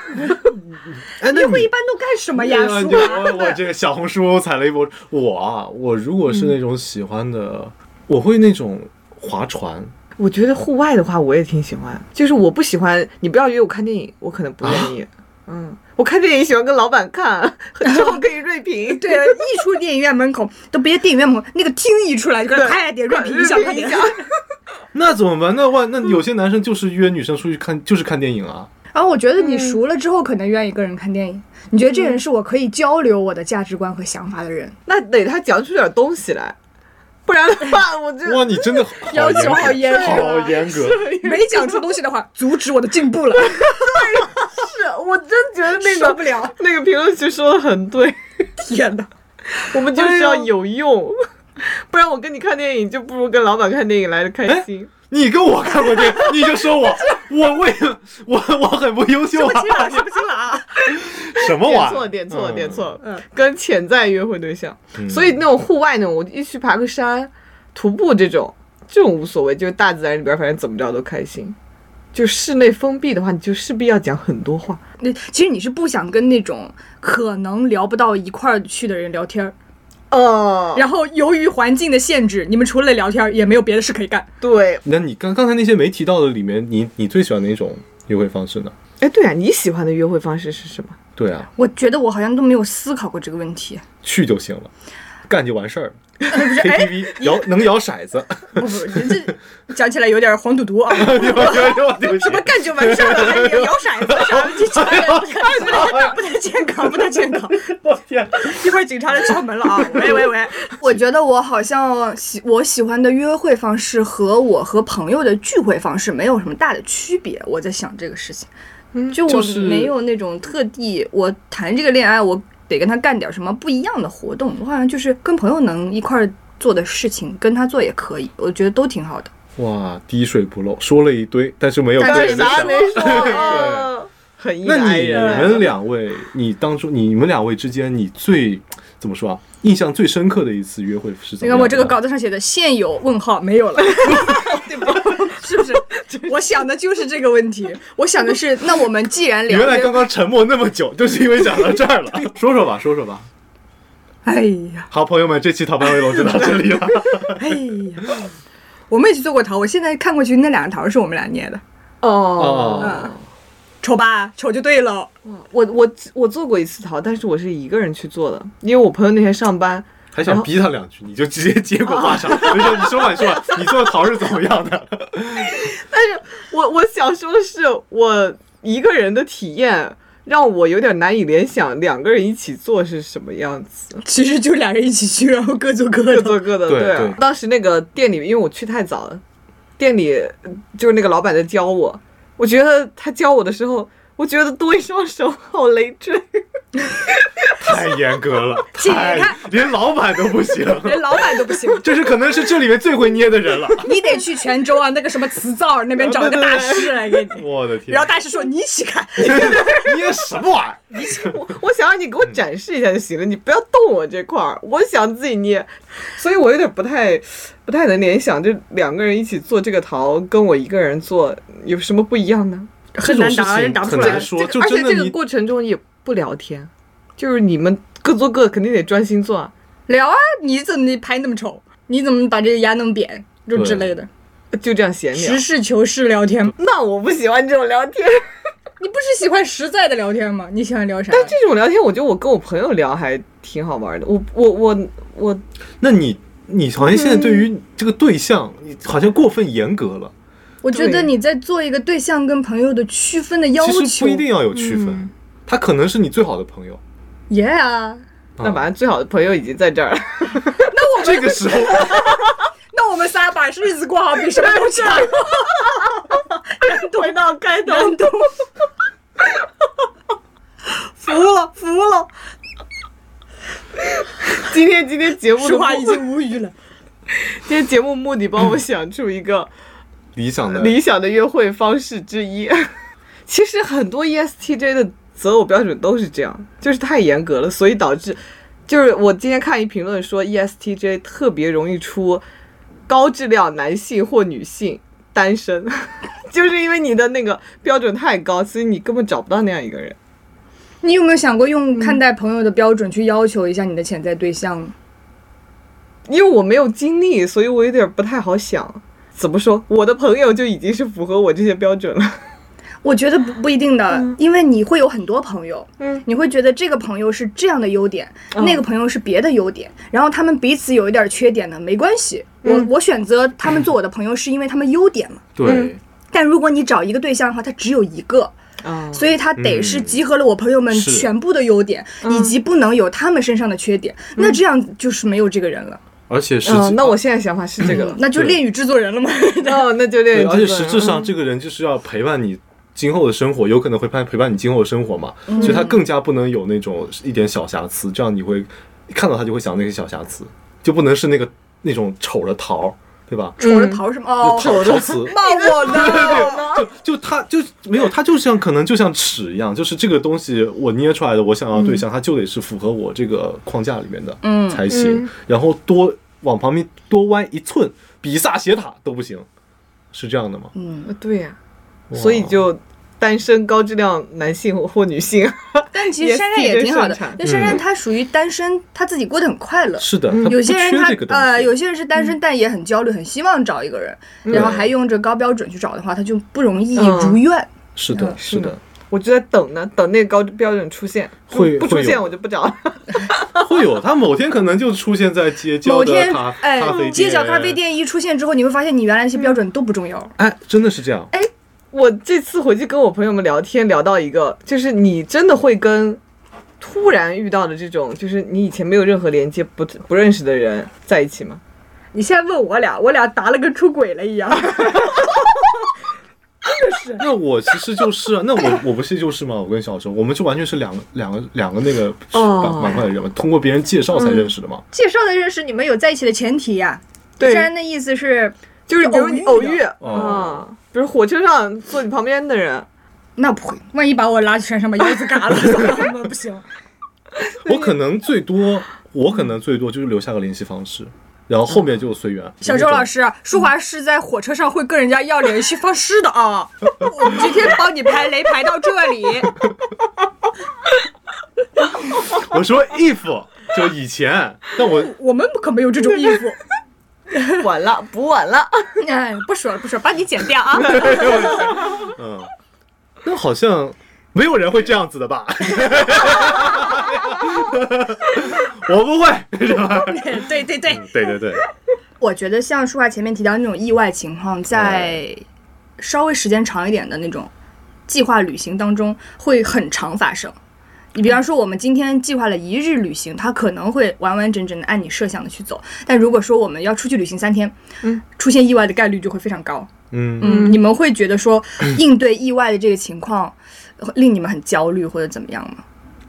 D: 哎，那
C: 约会
D: 你
C: 一般都干什么啊呀？
D: 哎
C: 叔
D: 对，我我这个小红书踩了一波。我啊，我如果是那种喜欢的，我会那种划船。
B: 我觉得户外的话，我也挺喜欢。就是我不喜欢你不要约我看电影，我可能不愿
C: 啊
B: 意。嗯，我看电影喜欢跟老板看，之后可以
C: [laughs]
B: 锐评。
C: 对，一出电影院门口，都别电影院门口，那个厅一出来就开始
B: 对
C: 快点锐评一下，快
B: 锐评
C: 点
B: 一。下。
D: 那怎么办？那万那有些男生就是约女生出去看，就是看电影啊。
C: 然后我觉得你熟了之后，可能愿意跟人看电影。你觉得这人是我可以交流我的价值观和想法的人，
B: [laughs] 那得他讲出点东西来，不然的
C: [laughs]
B: 话，我就
D: 哇，你真的好
C: 要求好
D: 严
C: 严
D: 格，
C: 格
D: 好严格。
C: [laughs] 没讲出东西的 [laughs] 话，阻止我的进 [laughs] 步了，
B: 是 [laughs] 我真觉得那
C: 受
B: 个
C: 不了！
B: [laughs] 那个评论区说的很对，
C: 天哪，
B: [laughs] 我们 [laughs] 就是要
C: 哎呦
B: 有用， [laughs] 不然我跟你看电影就不如跟老板看电影来的开心。
D: 你跟我看过这个，你就说我，我为我我很不优秀
B: 哎 [laughs]
D: 啊？
C: 了，说不清了啊！
D: 什么
B: 点
D: 玩意儿？
B: 错了，点错了，
D: 嗯
B: 点错了
C: 嗯，
B: 跟潜在约会对象。
D: 嗯
B: 所以那种户外那种，我一去爬个山、徒步这种，这种无所谓，就是大自然里边，反正怎么着都开心。就室内封闭的话，你就势必要讲很多话。
C: 那其实你是不想跟那种可能聊不到一块儿去的人聊天儿，
B: 呃，
C: 然后由于环境的限制，你们除了聊天儿也没有别的事可以干。
B: 对，
D: 那你刚刚才那些没提到的里面，你你最喜欢哪种约会方式呢？
B: [laughs] 哎，对啊，你喜欢的约会方式是什么？
D: 对啊，
C: [laughs] 我觉得我好像都没有思考过这个问题，
D: 去就行了，干就完事
C: [laughs]
D: 儿了。KTV
C: 哎
D: 摇能摇骰子， [laughs]
C: 不不，这讲起来有点黄赌毒啊。 [laughs]
D: 对吧对不起
C: 什么干就完事儿了，还摇骰子啥的，这这个不 [laughs] 太不太健康，不太健康。
D: 我天，
C: 一会儿警察来敲门了啊！喂喂喂，
A: 我觉得我好像喜我喜欢的约会方式和我和朋友的聚会方式没有什么大的区别。我在想这个事情，
C: 嗯
A: 就我
D: 就是
A: 没有那种特地我谈这个恋爱，我得跟他干点什么不一样的活动。我好像就是跟朋友能一块儿做的事情，跟他做也可以，我觉得都挺好的。
D: 哇，滴水不漏，说了一堆，但是没有
B: 但
D: 对
B: 是
D: 人的
B: 啥
D: 想
B: 也没
D: 法。
B: 说，哦很硬的
D: 那
B: 爱
D: 你
B: 人。
D: 们两位，你当初你们两位之间，你最怎么说啊？印象最深刻的一次约会是怎么
C: 你看
D: 样的？
C: 我这个稿子上写的“现有问号没
A: [laughs]
C: 有了”，对吧？ [laughs] 是不是？我想的就是这个问题。我想的是，那我们既然聊
D: 原来
C: 约
D: 刚刚沉默那么久，就是因为讲到这儿
C: [laughs]
D: 了。说说吧，说说吧。
C: 哎呀，
D: 好，朋友们，这期《逃班威龙》就到这里
C: [laughs]
D: 了。
C: 哎呀，我们也去做过陶。我现在看过去，那两个桃是我们俩捏的，
B: 哦，
C: 嗯
D: 哦，
C: 丑吧？丑就对了。
B: 我我我做过一次逃，但是我是一个人去做的，因为我朋友那天上班，
D: 还想逼他两句，你就直接接过话上。
C: [laughs]
D: 没事，你说吧，你说吧，你做的桃是怎么样的？
B: 我我想说的是，我一个人的体验让我有点难以联想，两个人一起做是什么样子，
C: 其实就俩人一起去，然后各做各
B: 各
C: 的。
B: 做各的。
D: 对
B: 啊
D: 对
B: 当时那个店里，因为我去太早了，店里呃就是那个老板在教我，我觉得他教我的时候，我觉得多一双手好累赘。
D: 太严格了，
C: [laughs] 姐
D: 太连老板都不行， [laughs]
C: 连老板都不行，
D: 这是可能是这里面最会捏的人
B: [laughs]
D: 了。
C: 你得去泉州啊，那个什么词灶那边找一个大师来给
D: [laughs]
C: 你。
D: 我的天
C: 然后，大师说：“你一起看。
D: [laughs] 捏什么玩意儿？
B: 我 [laughs] 我想让你给我展示一下就行了，你不要动我这块儿，我想自己捏，所以我有点不太不太能联想，这两个人一起做这个桃，跟我一个人做有什么不一样呢？
D: 这
C: [laughs] 很
D: 种
C: 难
D: 事
C: 答
D: 情
C: 人答不
D: 很
C: 出来
D: 难说，就
B: 而且
D: 真的
B: 这个
D: 你
B: 过程中也不聊天，就是你们各做各，肯定得专心做啊。”
C: 聊啊，你怎么拍那么丑？你怎么把这个牙弄扁？就之类的，
B: 就这样闲聊
C: 实。事求是聊天。
B: 那我不喜欢这种聊天，
C: 你不是喜欢实在的聊天吗？你喜欢聊
B: [laughs]
C: 啥？
B: 但这种聊天，我觉得我跟我朋友聊还挺好玩的。我我我我
D: 那你你好像现在对
C: 嗯
D: 于这个对象，你好像过分严格了。
C: 我觉
B: 对
C: 得你在做一个对象跟朋友的区分的要
D: 其实
C: 求嗯
D: 不一。定要有区分，他可能是你最好的朋
C: [laughs]
D: 友。
C: Yeah，啊
D: 啊
B: 那反正最好的朋友已经在这儿了。
D: 这个
C: [laughs]
D: 时候，
C: 那我们仨把日子过好比什么都强。
B: [laughs] 回到开头，
C: [laughs] 服了，服了，
B: 今天今天节目的
C: 淑华
B: 目
C: 已经无语了。
B: [laughs] 今天节目目的帮我们想出一个
D: 理想
C: 嗯
D: 的
B: 理想的约会方式之一。 [laughs] 其实很多 E ESTJ 的择偶标准都是这样，就是太严格了，所以导致就是我今天看一评论说 E ESTJ 特别容易出高质量男性或女性单身， [laughs] 就是因为你的那个标准太高，所以你根本找不到那样一个人。
C: 你有没有想过用看待朋友的标准去要求一下你的潜在对象？
B: 因为我没有经历，所以我有点不太好想。怎么说？我的朋友就已经是符合我这些标准了。
C: 我觉得不不一定的，因为你会有很多朋友，
B: 嗯，
C: 你会觉得这个朋友是这样的优点，
B: 嗯
C: 那个朋友是别的优点，然后他们彼此有一点缺点呢，没关系，我、
B: 嗯
C: 我选择他们做我的朋友是因为他们优点嘛。
D: 对，
C: 但如果你找一个对象的话，他只有一个，
B: 啊
C: 所以他得是
D: 嗯
C: 集合了我朋友们
D: 是
C: 全部的优点，以及不能有他们身上的缺点，那这样就是没有这个人了，
D: 而且实
B: 嗯，
D: 际
B: 那我现在想法是这个了。
C: 那就
D: 对
C: 恋与制作人了嘛。
B: 哦，那就
D: 嗯对
B: 练。
D: 而且实质上，这个嗯人就是要陪伴你今后的生活，有可能会陪陪伴你今后的生活嘛，所以他更加不能有那种一点小瑕疵，这样你会看到他就会想那些小瑕疵，就不能是那个那种丑的桃儿，对 [laughs] 吧？
C: 我的桃什么？哦
D: 就，陶陶瓷，
C: 骂我呢。
D: [laughs] 就就他就没有，他就像可能就像尺一样，就是这个东西我捏出来的，我想要的对象，他就得是符合我这个框架里面的，嗯，才行。然后多往旁边多弯一寸，比萨斜塔都不行，是这样的吗？
B: 嗯对呀、所以就单身高质量男性或或女性， [laughs]
C: 但其实珊珊也挺好的
B: STJ 生产，
C: 因为珊珊她属于单身，她自己过得很快乐。
D: 是的，他
C: 嗯有些人
D: 不缺
C: 他
D: 这个东西
C: 呃，有些人是单身，但也很焦虑，很希望找一个人，然后还用着高标准去找的话，他就不容易
B: 嗯
C: 如愿。
D: 是的，是的，
B: 我就在等呢，等那个高标准出现，就
D: 会
B: 不
D: 会
B: 出
D: 有
B: 现我就不找了。 [laughs]
D: [laughs] 会有，他某天可能就出现在街角
C: 嗯某
D: 的
C: 天
D: 咖，
C: 哎
D: 咖啡，店，
C: 街角咖啡，店一出现之后，你会发现你原来那些标准都不重要。
D: 哎，真的是这样，
B: 我这次回去跟我朋友们聊天，聊到一个，就是你真的会跟突然遇到的这种，就是你以前没有任何连接、不不认识的人在一起吗？
C: 你现在问我俩，我俩答了跟出轨了一样。
D: 那我其实就是啊，那我我不是就是吗？我跟小周，我们就完全是两个两个两个那个
B: 哦
D: 板板块的人嘛，通过别人介绍
C: 嗯
D: 才认识的嘛。
C: [laughs] 介绍的认识你们有在一起的前提呀、
B: 对
C: 虽然的意思是，
B: 就是比如你偶遇
D: 哦
B: 啊，比如火车上坐你旁边的人， [laughs]
C: 那不会，万一把我拉去山上把腰子嘎 [laughs] 了，怎么办不行？
D: 我可能最多，我可能最多就是留下个联系方式，然后后面就随缘。
C: 小周老，师，舒华是在火车上会跟人家要联系方式的啊。我们今天帮你排雷排到这 [laughs] 里，
D: 我说 if 就以前，但我
C: 我们可没有这种衣服。
B: 晚了补晚了， [laughs]
C: 哎，不说了，不说了，把你剪掉啊！ [laughs]
D: 嗯，那好像没有人会这样子的吧？
C: [laughs]
D: 我不会，是吧？
C: 对对对，
D: 对对对，
C: 我觉得像舒华前面提到那种意外情况，在稍微时间长一点的那种计划旅行当中，会很常发生。你比方说，我们今天计划了一日旅行，它可能会完完整整的按你设想的去走。但如果说我们要出去旅行三天，
B: 嗯，
C: 出现意外的概率就会非常高。
D: 嗯，
C: 嗯，你们会觉得说应对意外的这个情况，呃令你们很焦虑或者怎么样吗？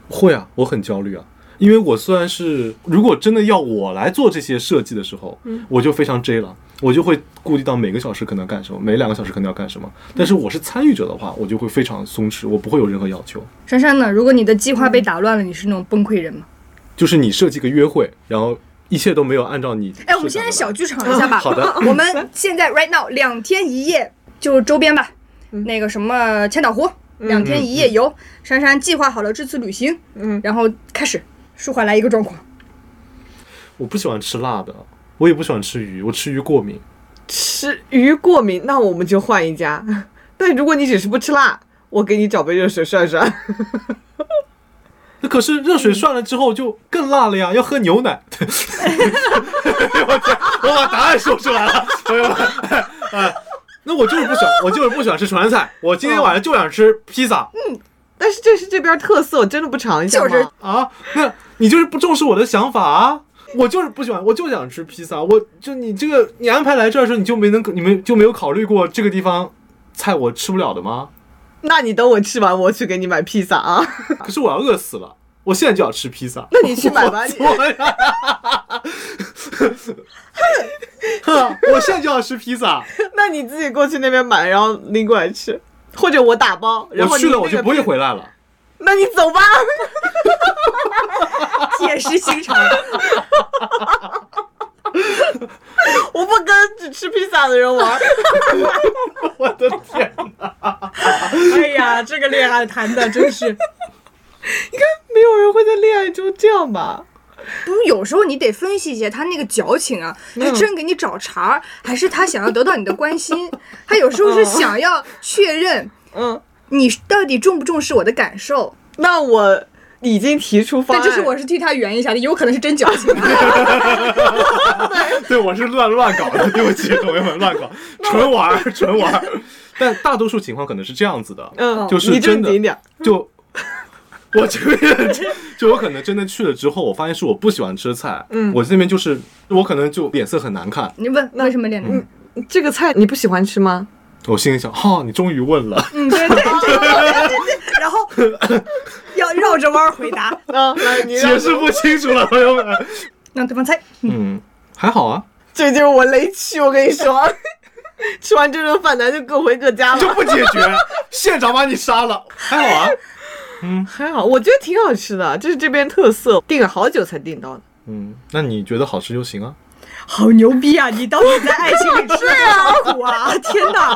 D: 会啊，我很焦虑啊。因为我虽然是，如果真的要我来做这些设计的时候，
C: 嗯
D: 我就非常 J 了，我就会顾及到每个小时可能干什么，每两个小时可能要干什么。
C: 嗯
D: 但是我是参与者的话，我就会非常松弛，我不会有任何要求。
C: 珊珊呢？如果你的计划被打乱了，你是那种崩溃人吗？
D: 就是你设计个约会，然后一切都没有按照你。
C: 哎，我们现在小。剧场一下吧。
D: 好的，
C: [laughs] 我们现在 right now 两天一夜就周边吧，那个什么千岛湖两天一夜游，珊珊计划好了这次旅行，
B: 嗯，
C: 然后开始舒缓来一个状况，
D: 我不喜欢吃辣的，我也不喜欢吃鱼，我吃鱼过敏。
B: 吃鱼过敏，那我们就换一家。 [laughs] 但如果你只是不吃辣，我给你找杯热水涮涮。 [laughs]
D: 那可是热水涮了之后就更辣了呀，要喝牛奶。我天，我把答案说出来了，朋友们。哎那我就是不喜欢，我就是不喜欢吃川菜。我今天晚上就想吃披萨
B: 但是这是这边特色，真的不尝一下吗？
C: 就是
D: 啊！那你就是不重视我的想法啊！我就是不喜欢，我就想吃披萨。我就你这个，你安排来这儿的时候，你就没能，你们就没有考虑过这个地方菜我吃不了的吗？
B: 那你等我吃完，我去给你买披萨啊。 [laughs]
D: 可是我要饿死了，我现在就要吃披萨。 [laughs]
B: 那你去买吧，你
D: 我我现在就要吃披萨，
B: [laughs] 那你自己过去那边买，然后拎过来吃，或者我打包，然后
D: 我
B: 你
D: 去了
B: 那
D: 我就
B: 个
D: 不会回来了。
B: 那你走吧。 [laughs]
C: 铁石心肠。
B: 我不跟只吃披萨的人玩。
D: [laughs] 我的天，
C: [laughs]
B: 哎呀，这个恋爱谈的真 [laughs] 是，你看没有人会在恋爱中这样吧？
C: 不是，有时候你得分析一下他那个矫情啊，是真给你找茬儿，还是他想要得到你的关心？他有时候是想要确认
B: 嗯，
C: 你到底重不重视我的感受。
B: 那我已经提出方
C: 但
B: 案，
C: 就是我是替他圆一下的，有可能是真矫情、啊。
D: 对我是乱乱搞的，对不起，朋友们，乱
B: [laughs]
D: 搞，纯玩儿纯玩儿。 [laughs] 但大多数情况可能是这样子的，
B: 嗯，
D: 就是
B: 你
D: 真
B: 正
D: 的
B: 经一点儿。
D: [laughs] 就我这边就我可能真的去了之后，我发现是我不喜欢吃的菜，
B: 嗯
D: 我这边就是我可能就脸色很难看，
C: 你问为什么脸呢？
B: 这个菜你不喜欢吃吗？
D: 我心里想，哈、你终于问了。
C: 嗯，对对对对对对对，然后要绕着弯儿回答，
B: 啊，来你让
D: 解释不清楚了，朋友们。
C: 让对方猜。
D: 嗯，还好啊，
B: 这就是我雷区，我跟你
C: [laughs]
B: 说，吃完这顿饭咱就各回各家了。
D: 就不解
B: [laughs]
D: 决，县长把你杀了，还好啊。
B: 还好，我觉得挺好吃的，这是这边特色，订了好久才订到的。
D: 嗯，那你觉得好吃就行啊。
C: 好牛逼啊！你到底在爱情里吃了多少苦啊？天哪！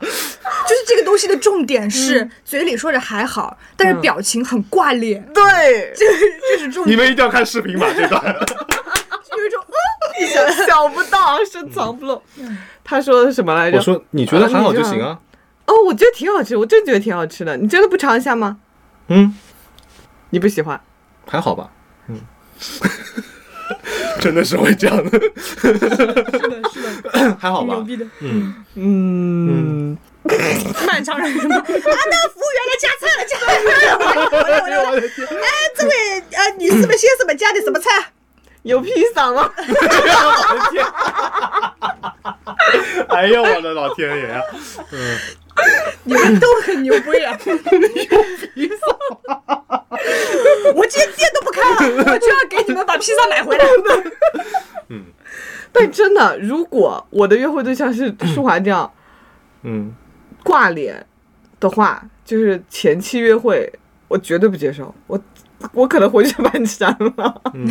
C: 就是这个东西的重点是、嘴里说着还好，但是表情很挂脸，
B: [laughs] 对，
C: 这这是
B: [laughs]
C: 重
D: 你
C: 点，
D: 们一定要看视频吧，这段。
C: 有一种嗯啊
B: 想不到，深藏不露。他说什么来着？
D: 我说你觉得还好就行啊。
B: 哦，我觉得挺好吃，我真觉得挺好吃的。你真的不尝一下吗？
D: 嗯，
B: 你不喜欢？
D: 还好吧，嗯， [laughs] 真的是会这样的，
A: 是的，是的，
B: [laughs]
D: 还好
A: 挺牛
D: 吧，
A: 逼的。
D: 嗯，
B: 嗯，
A: 漫长人生，啊，那服务员来加菜了，加菜
D: 我的天，
A: 这位呃女士们、先生们加的什么菜？
B: 有披萨吗？ [laughs]
D: 我的天， [laughs] 哎呀，我的老天爷呀，嗯，
A: 你们都很牛逼啊！我今天店都不开了，我就要给你们把披萨买回来。
B: [laughs] 但真的，如果我的约会对象是舒华这样
D: 嗯，
B: 挂脸的话，就是前期约会，我绝对不接受，我我可能回去就把你删了。 [laughs]
D: 嗯，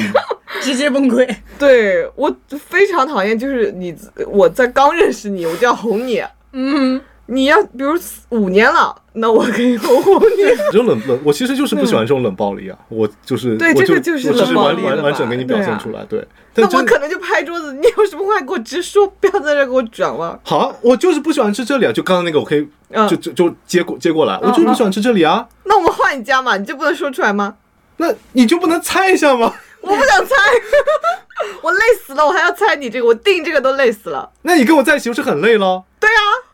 A: 直接崩溃。
B: 对我非常讨厌，就是你我在刚认识你，我就要哄你。
A: 嗯，
B: 你要比如五年了，那我可以哄哄你。
D: 这种冷冷，我其实就是不喜欢这种冷暴力啊，我就是，
B: 对
D: 我就
B: 这个
D: 就
B: 就是
D: 我是
B: 冷暴力
D: 完
B: 了
D: 完完整
B: 吧
D: 给你表
B: 对啊
D: 现出来，对，但
B: 那我
D: 真
B: 可能就拍桌子，你有什么话给我直说，不要在这给我转弯。
D: 好啊，我就是不喜欢吃这里啊，就刚刚那个我可以
B: 嗯
D: 就就就接过接过来，我就是不喜欢吃这里啊，
B: 那我们换一家嘛，你就不能说出来吗？
D: 那你就不能猜一下吗？ [laughs]
B: 我不 [laughs] 想猜，我累死了，我还要猜你这个，我定这个都累死了。
D: 那你跟我在一起不是很累了？
B: 对 [laughs] 啊，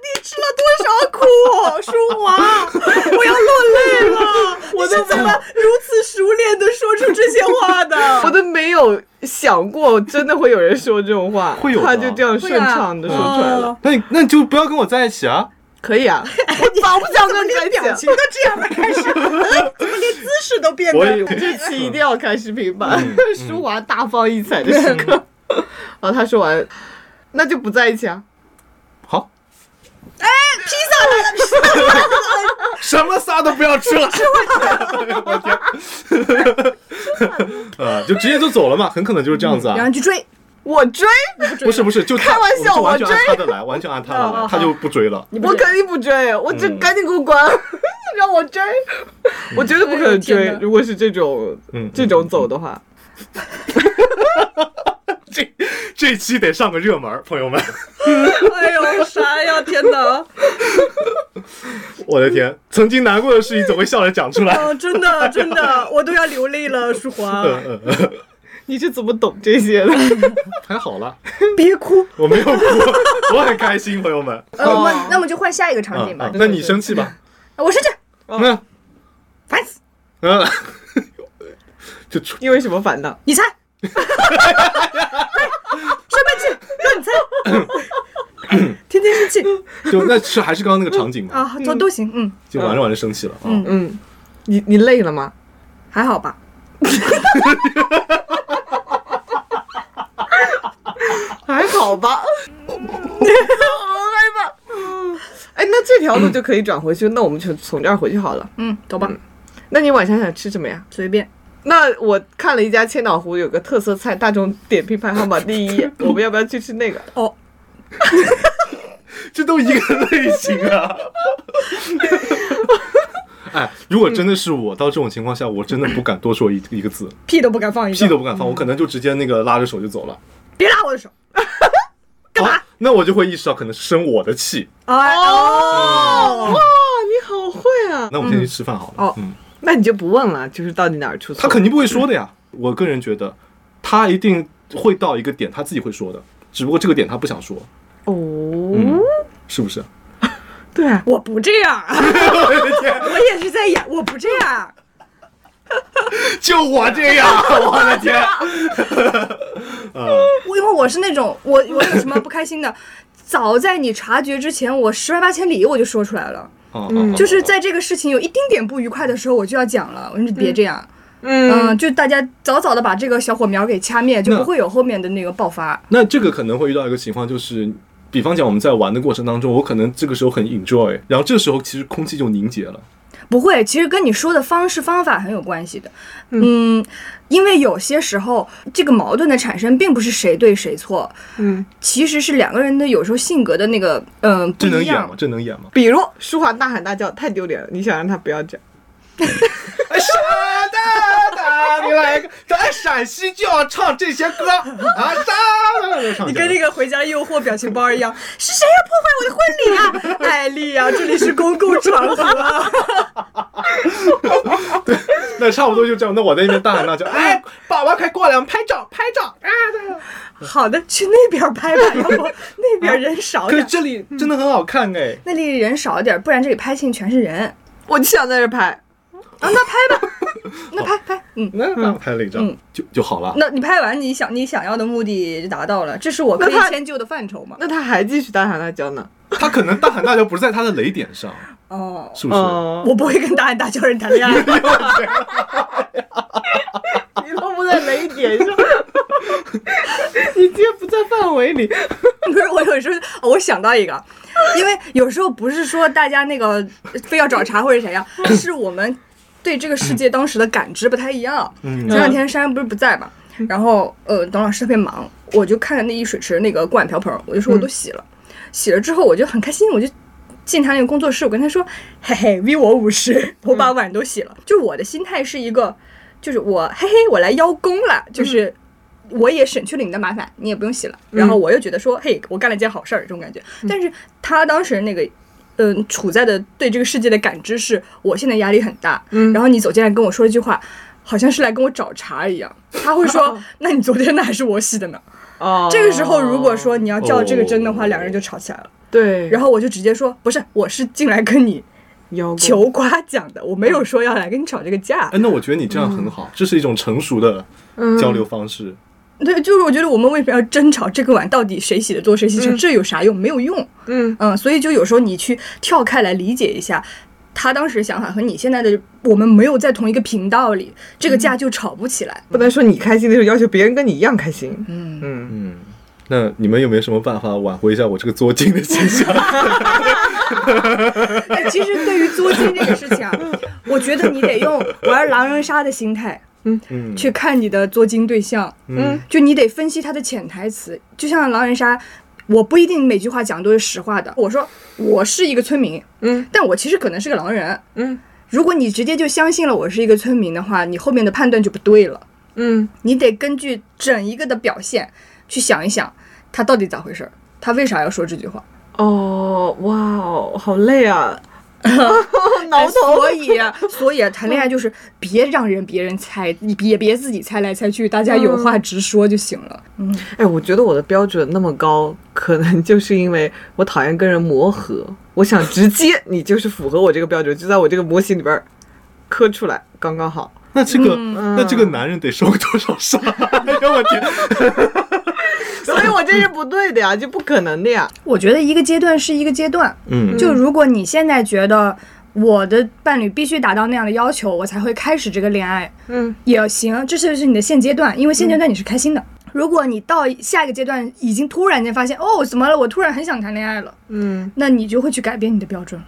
A: 你吃了多少苦，舒华，我要落泪了。
B: [laughs] 我
A: 你是
B: 都
A: 怎么如此熟练的说出这些话的？
B: [laughs] 我都没有想过真的会有人说这种话，
D: 会有的
B: 他就这样顺畅的说出来了，
A: 啊哦
D: 那你那你就不要跟我在一起啊！
B: [laughs] 可以啊，我早不想跟 [laughs] 你在
A: 表
B: 一起
A: 情都这样了，开
B: [laughs]
A: 始，呃怎么连姿势都变
D: 我也
C: [laughs]
A: 得？
B: 这期一定要开视频版
D: 嗯，
B: [laughs] 舒华大放异彩的时刻。然后嗯哦他说完，那就不在一起啊。
D: 好，哎，披萨来了，什么仨都不要吃了，我天， [laughs] 啊，就直接就走了嘛，很可能就是这样
C: 嗯
D: 子啊
A: 然。后去追，
B: 我追，
D: 不是不是，就他
B: 开玩笑
D: 我们就完全按
B: 我
D: 他的来，完全按他的来，他就不追了。
B: 我肯定不追，我这赶紧给我滚， [laughs] 让我追，我绝对不可能
A: 哎呦
B: 追
A: 天。哪
B: 如果是这种
D: 嗯
B: 这种走的话，
D: 这这期得上个热门，朋友们，
A: 哎呦啥呀！天哪，
D: 我的天，曾经难过的事情怎么会笑着讲出来？
A: [laughs] 哦，真的真的，我都要流泪了，舒华，
D: 嗯嗯嗯，
B: 你是怎么懂这些的？
D: 还好啦，
A: 别哭，
D: 我没有哭， [laughs] 我很开心，朋友们。
C: 呃，我
B: 哦
C: 们那么就换下一个场景吧
B: 嗯
D: 啊。那你生气吧？
C: 我是这
D: 嗯
C: 烦死，
D: 嗯， [laughs] 就出
B: 因为什么反的？
C: 你猜，
A: 哎
B: [laughs]
A: 天天生气
B: 嗯
D: 就那是还是刚刚那个场景嘛，
C: 啊，都都行，嗯，
D: 就玩着玩着生气了啊。
B: 嗯，你你累了吗？
C: 还好吧。
B: 还好吧，我害怕。 [laughs] 哎，那这条路就可以转回去，那我们就从这儿回去好了。
C: 嗯，走吧，
B: 那你晚上想吃什么呀？
C: 随便。
B: 那我看了一家千岛湖有个特色菜，大众点评排行榜第一，
D: [laughs]
B: 我们要不要去吃那个？
A: 哦，
D: 这都一个类型啊。 [laughs] 哎，如果真的是我到这种情况下，我真的不敢多说一一个字，
A: 屁都不敢放一个，
D: 屁都不敢放，我可能就直接那个拉着手就走了。
A: 别拉我的手，
D: 啊，那我就会意识到可能是生我的气。
A: 哎
B: 哦，哇，
A: 哦，
B: 你好会啊！
D: 那我们先去吃饭好了
C: 哦。
D: 嗯，
B: 那你就不问了，就是到底哪儿出错？
D: 他肯定不会说的呀。我个人觉得，他一定会到一个点，他自己会说的，只不过这个点他不想说。嗯
B: 哦，
D: 是不是？ [laughs]
B: 对啊，
A: 我不这样，我也是在演，我不这样，
D: 就我这样，我的天！
C: [laughs] 我因为我是那种我我有什么不开心的，早在你察觉之前，我十万八千里我就说出来了。
A: 哦
D: 嗯
C: 就是在这个事情有一丁点不愉快的时候，我就要讲了。我说你别这样，嗯，
B: 嗯，
C: 就大家早早的把这个小火苗给掐灭，就
D: 那
C: 不会有后面的那个爆发。
D: 那这个可能会遇到一个情况，就是比方讲我们在玩的过程当中，我可能这个时候很 enjoy，然后这时候其实空气就凝结了。
C: 不会，其实跟你说的方式方法很有关系的。嗯，因为有些时候这个矛盾的产生并不是谁对谁错，
B: 嗯，
C: 其实是两个人的有时候性格的那个嗯、不
D: 这能
C: 一
D: 演
C: 样
D: 吗。？这能演吗？
B: 比如舒华
D: 哎
B: 大喊大叫太丢脸了，你想让他不要这样。
D: 哒哒哒另外一个咱陕西就要唱这些歌啊，啥？
A: 你跟那个《回家的诱惑》表情包一样，是谁要破坏我的
D: [laughs]
A: 婚礼啊？艾丽啊，这里是公共场
B: [laughs]
A: 合。
D: 对，那差不多就这样。那我在那边大喊大叫，哎，爸爸快过来，我们拍照拍照啊！
A: 好的，去那边拍吧，要不那边人少
D: 可是
A: 点，
D: 这里真的很好看哎，
C: 那里人少点，不然这里拍进全是人。
B: 我就想在这拍。
C: 啊，那拍吧，
D: 哦
C: 那拍拍，嗯，
D: 那那拍了一张
C: 嗯
D: 就就好了。
C: 那你拍完你想你想要的目的就达到了，这是我可以
B: 那他
C: 迁就的范畴嘛？
B: 那他还继续大喊大叫呢？
D: 他可能大喊大叫不是在他的雷点上，
C: 哦，
D: 是不是？
B: 哦，
A: 我不会跟大喊大叫人谈恋
D: [laughs]
A: 爱。
B: 你都不在雷点上， [laughs] 你竟然不在范围里。
C: 不是，我有时候、哦我想到一个，因为有时候不是说大家那个呃非要找茬或者
D: [laughs]
C: 啥样，是我们对这个世界当时的感知不太一样。
D: 嗯
C: 前两天珊珊不是不在嘛，然后呃，董老师特别忙，我就看着那一水池那个锅碗瓢盆，我就说我都洗了，洗了之后我就很开心，我就进他那个工作室，我跟他说，嘿嘿，V 我五十，我把碗都洗了。就我的心态是一个，就是我嘿嘿，我来邀功了，就是。我也省去了你的麻烦，你也不用洗了。然后我又觉得说，嘿，我干了一件好事儿，这种感觉。但是他当时那个，嗯、处在的对这个世界的感知是，我现在压力很大。
B: 嗯
C: 然后你走进来跟我说一句话，好像是来跟我找茬一样。他会说，那你昨天的还是我洗的呢。
B: 哦，
C: 这个时候如果说你要较这个真的话，
D: 哦
C: 两个人就吵起来了。
B: 对，
C: 然后我就直接说，不是，我是进来跟你
B: 后
C: 求夸奖的，我没有说要来跟你吵这个架
D: 哎，。那我觉得你这样很好，这是一种成熟的
B: 嗯
D: 交流方式。
C: 对，就是我觉得我们为什么要争吵这个碗到底谁洗的多谁洗的少，这有啥用？没有用。
B: 嗯
C: 嗯，所以就有时候你去跳开来理解一下。他当时想法和你现在的我们没有在同一个频道里，这个架
D: 嗯
C: 就吵不起来。 [laughs]
B: 不能说你开心的时候要求别人跟你一样开心。嗯嗯，
D: 嗯，那你们有没有什么办法挽回一下我这个作精的形象？
C: 哎，其实对于
D: [laughs]
C: 租金这个事情啊，我觉得你得用玩狼人杀的心态
D: 嗯，
C: 去看你的租金对象，
D: 嗯
C: 就你得分析他的潜台词。就像狼人杀，我不一定每句话讲都是实话的。我说我是一个村民，
B: 嗯，
C: 但我其实可能是个狼人，
B: 嗯。
C: 如果你直接就相信了我是一个村民的话，你后面的判断就不对了。
B: 嗯
C: 你得根据整一个的表现去想一想，他到底咋回事儿，他为啥要说这句话。
B: 哦，哇哦，好累 [laughs] 啊，挠头。
C: 哎所以，啊
B: [laughs]
C: 所以谈恋爱就是别让人别人猜，你别别自己猜来猜去，大家有
B: 嗯
C: 话直说就行了。
B: 哎，我觉得我的标准那么高，可能就是因为我讨厌跟人磨合，我想直接你就是符合我这个标准，就在我这个模型里边儿磕出来，刚刚好。 [laughs]
D: 那这个那这个男人得受多少伤？ [laughs] 哎呀，我天！
B: 所以我这是不对的呀，就不可能的呀。
C: 我觉得一个阶段是一个阶段，
D: 嗯
C: 就如果你现在觉得我的伴侣必须达到那样的要求，我才会开始这个恋爱，
B: 嗯，
C: 也行，这就是你的现阶段，因为现阶段你是开心的。如果你到下一个阶段已经突然间发现，哦，怎么了？我突然很想谈恋爱了，
B: 嗯，
C: 那你就会去改变你的标准，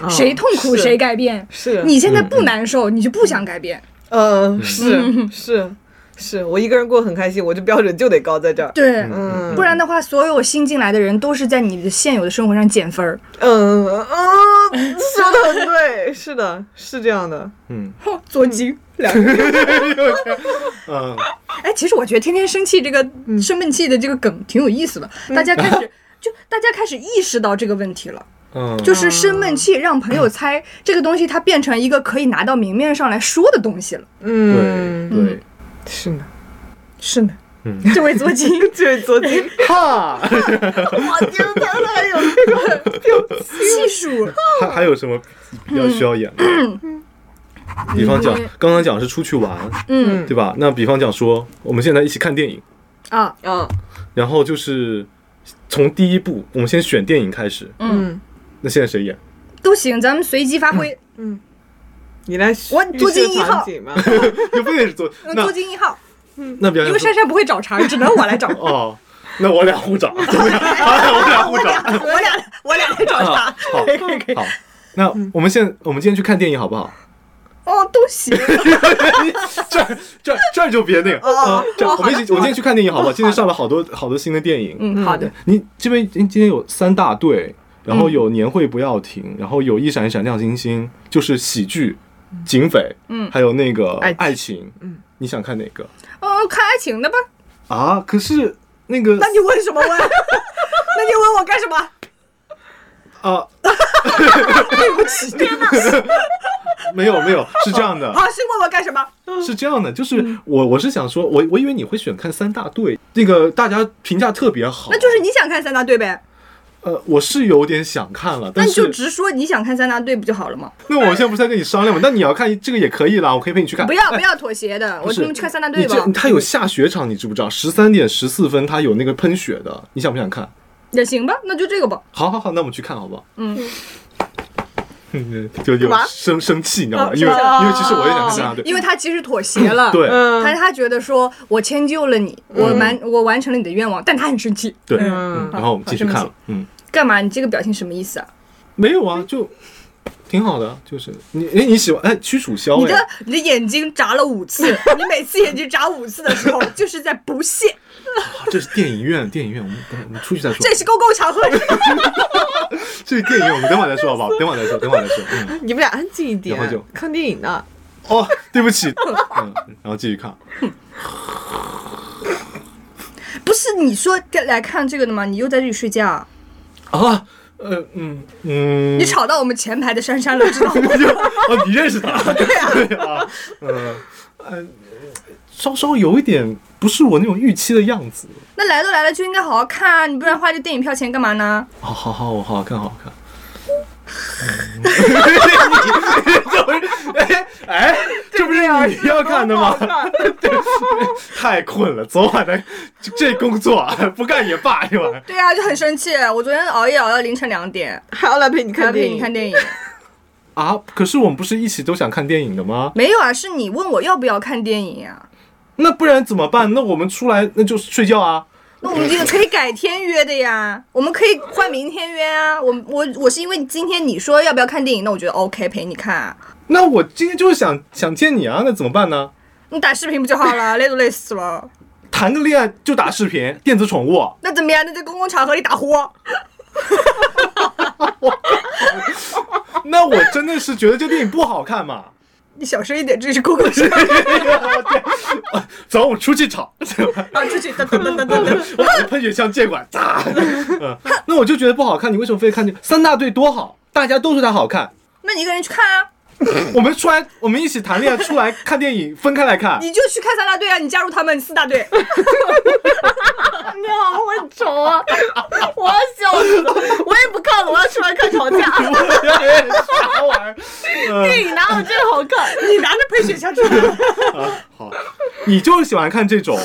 B: 哦
C: 谁痛苦
B: 是
C: 谁改变。
B: 是
C: 你现在不难受，你就不想改变。
B: 呃，是是是，我一个人过得很开心，我这标准就得高在这儿。
C: 对，
B: 嗯，
C: 不然的话，所有新进来的人都是在你的现有的生活上减分儿。
B: 嗯嗯，嗯说的很对，是的，是这样的。
D: 嗯
C: 作精，两
B: [laughs]
C: 个。
D: 嗯，
C: 哎，其实我觉得天天生气这个
B: 嗯
C: 生闷气的这个梗挺有意思的，大家开始就大家开始意识到这个问题
B: 哦
C: 了，
D: 嗯，
C: 就是生闷气让朋友猜这个东西，它变成一个可以拿到明面上来说的东西了。
D: 对
B: 嗯，
D: 对，
B: 是呢，
C: 是呢，
D: 嗯
C: 这位作
B: [laughs]
C: 精，
B: 这位昨天，
D: 哈，
B: 我天，哎他还有那个表情，[laughs]
C: 细数
D: 还还有什么要需要演的？比方讲，刚刚讲是出去玩，
C: 嗯
D: 对吧？那比方讲说，我们现在一起看电影，
C: 啊，
B: 嗯
D: 然后就是从第一部，我们先选电影开始。
B: 嗯，
D: 那现在谁演？ [laughs]
C: 都行，咱们随机发挥。
B: 你来，
C: 我
B: 预
C: 昨天
B: 设
C: 一号
B: 场景嘛，
D: 也不也是做
C: 那
D: 那
C: 作精一号，
D: 那比方
C: 因
D: 讲说
C: 为珊珊不会找茬儿，只能我来找。 [laughs]
D: 哦，那我俩互 [laughs] 找，怎么样？哎我俩
C: [laughs]
D: 互找。
C: 我俩我俩来找
D: 啊
C: 茬，
D: 好
C: 可以可以可嗯以。
D: 好，那我们现我们今天去看电影好不 [laughs] 好？
C: 哦，都行。
D: 这儿这儿这儿就别那
C: 哦
D: 个啊！这儿我们一起，我今天去看电影好不好？今天上了好多好多新的电影。
C: 嗯，好的
D: 对，。你这边今今天有三大队，然
C: 嗯
D: 后有年会不要停，然后有一闪一闪亮星星，就是喜剧、警匪，
C: 嗯
D: 还有那个
B: 爱情
D: 爱情。
B: 嗯，
D: 你想看哪个
C: 哦，看爱情的吧。
D: 啊？可是那个
B: 那你问什么问？ [laughs] 那你问我干什么？
C: [laughs]
D: 啊，
B: 对不起，对不起。
D: [laughs] 没有没有，是这样的，
B: 好，是问我干什么？
D: 是这样的，就是我我是想说，我我以为你会选看三大队，那个大家评价特别好，
C: 那就是你想看三大队呗，
D: 呃，我是有点想看了，
C: 那
D: 但
C: 你就是直说你想看三大队不就好了吗？
D: 那我现在不是在跟你商量吗？那你要看这个也可以啦，我可以陪你去看。哎
C: 不要不要妥协的，
D: 不
C: 我
D: 是
C: 们去看三大队吧
D: 你。这它有下雪场，你知不知道？十三点十四分，它有那个喷雪的，你想不想看？
C: 也行吧，那就这个吧。
D: 好好好，那我们去看好不好？
C: 嗯，
D: [laughs] 就有
B: 干嘛
D: 生生气，你知
C: 哦
D: 道吗？
B: 啊
D: 因为
B: 是吧
D: 因为其实我也想看三大队，
C: 因为他其实妥协了，
D: 对嗯
B: 嗯
C: 他他觉得说我迁就了你，我完我完成了你的愿望，但他很生气，
D: 对，
B: 嗯
D: 然后我们进去看
C: 好
D: 了，嗯，
C: 干嘛？你这个表情什么意思啊？
D: 没有啊，就挺好的，就是你哎你喜欢哎驱暑消
C: 你
D: 哎
C: 的，你的眼睛眨了五次，你每次眼睛眨五次的时候，就是在不屑。
D: 啊这是电影院，电影院，我们等我们出去再说
C: 这，是公共场合，
D: 这是电影院，我们等会儿再说好不好？等会儿再说，等会儿再说，嗯，
B: 你们俩安静一点
D: 然后就，
B: 看电影呢。
D: 哦，对不起，嗯，然后继续看，
C: 不是你说来看这个的吗？你又在这里睡觉啊，
D: 啊，呃，嗯嗯，
C: 你吵到我们前排的珊珊了，知道
B: [laughs]
C: 吗？
D: 哦，你认识他？
C: [laughs]
D: 对啊，嗯，呃，稍稍有一点不是我那种预期的样子。
C: 那来都来了，就应该好好看啊！你不然花这电影票钱干嘛呢？
D: 好好好，我好好看，好好看。嗯哎 [laughs] 哎，这不是你要看的吗？啊太困了，昨晚的这这工作啊不干也罢，是吧？
C: 对啊，就很生气。我昨天熬夜熬到凌晨两点，
B: 还要来陪你看
C: 还
B: 电
C: 陪
B: 影，
C: 你看电影。
D: 啊，可是我们不是一起都想看电影的吗？
C: 没有啊，是你问我要不要看电影啊呀、
D: 那不然怎么办？那我们出来那就睡觉啊。
C: 那我们也可以改天约的呀，我们可以换明天约啊。我我我是因为今天你说要不要看电影，那我觉得 OK 陪你看、啊，
D: 那我今天就是想想见你啊，那怎么办呢？
C: 你打视频不就好了？累都累死了。
D: 谈个恋爱就打视频，电子宠物。
C: 那怎么样？那在公共场合里打呼，
D: 那我真的是觉得这电影不好看嘛。 [laughs]
C: 你小声一点，这是公共场
B: [laughs]
C: 合。
D: 走，我们出去吵，
B: 啊，出去噔噔噔噔噔 [laughs] 噔。
D: [laughs] 我把喷雪枪借过来，砸。嗯，那我就觉得不好看，你为什么非得看这三大队多好？大家都说它好
C: [laughs]
D: 看，
C: 那你一个人去看啊，
D: 我们出来，我们一起谈恋爱，出来看电影，分开来看。
C: [laughs] 你就去看三大队啊，你加入他们四大队。 [laughs]
B: 你好会吵啊！我要笑死了，我也不看了，我要出来看吵架。
D: [laughs] 啥玩意嗯
C: [laughs]
B: 电
D: 儿？
B: 影哪有这个好看？你拿着喷雪枪出来，
D: 嗯啊，好，你就是喜欢看这种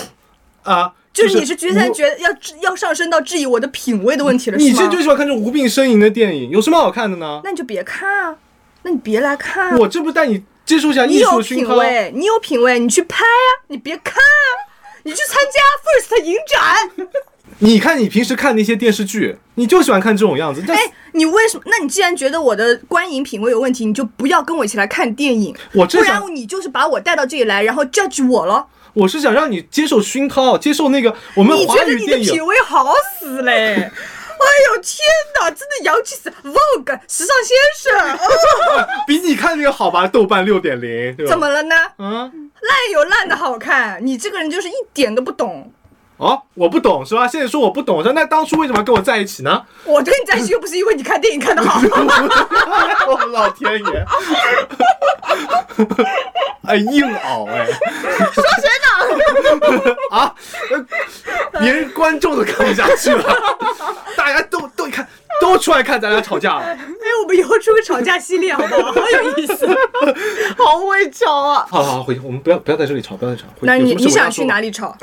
D: 啊，
C: 就是你是觉得
D: 无
C: 觉得要质要上升到质疑我的品味的问题了，
D: 你
C: 是
D: 这
C: 吗？
D: 就喜欢看这种无病呻吟的电影，有什么好看的呢？
C: 那你就别看啊，那你别来看啊。
D: 我这不带你接受一下
C: 你
D: 艺
C: 有
D: 术熏
C: 品
D: 陶？
C: 味，你有品味，你去拍啊，你别看啊，你去参加 First 影展。
D: [laughs] 你看你平时看那些电视剧，你就喜欢看这种样子。但
C: 哎，你为什么？那你既然觉得我的观影品味有问题，你就不要跟我一起来看电影，
D: 我
C: 不
D: 真
C: 然
D: 想，
C: 你就是把我带到这里来，然后 judge 我了。
D: 我是想让你接受熏陶，接受那个我们
C: 你觉
D: 华
C: 得
D: 语
C: 你的
D: 电影
C: 品。味好死嘞！ [laughs] 哎呦天哪，真的洋气死！Vogue 时尚先 [laughs] 生，哦、
D: [laughs] 比你看那个好吧？豆瓣六点零，对吧？
C: 怎么了呢？
D: 嗯，
C: 烂有烂的好看，你这个人就是一点都不懂。
D: 哦，我不懂是吧？现在说我不懂，说那当初为什么要跟我在一起呢？
C: 我跟你在一起又不是因为你看电影看的 [laughs]
D: [laughs]
C: 好，哎
D: 我老天爷！ [laughs] 哎，硬熬哎！说谁呢？ [laughs] 啊，呃别人观众都看不下去
C: [laughs]
D: 了，大家都都一看都出来看咱俩吵架了。
C: 哎，我们以后出个吵架系列好不 [laughs] 好？好有意思。
B: 好会吵啊！
D: 好好好，回去我们不要不要在这里吵，不要在这里吵。回
C: 那你
D: 有什
C: 你
D: 么事
C: 想去哪
D: 里？
C: 里吵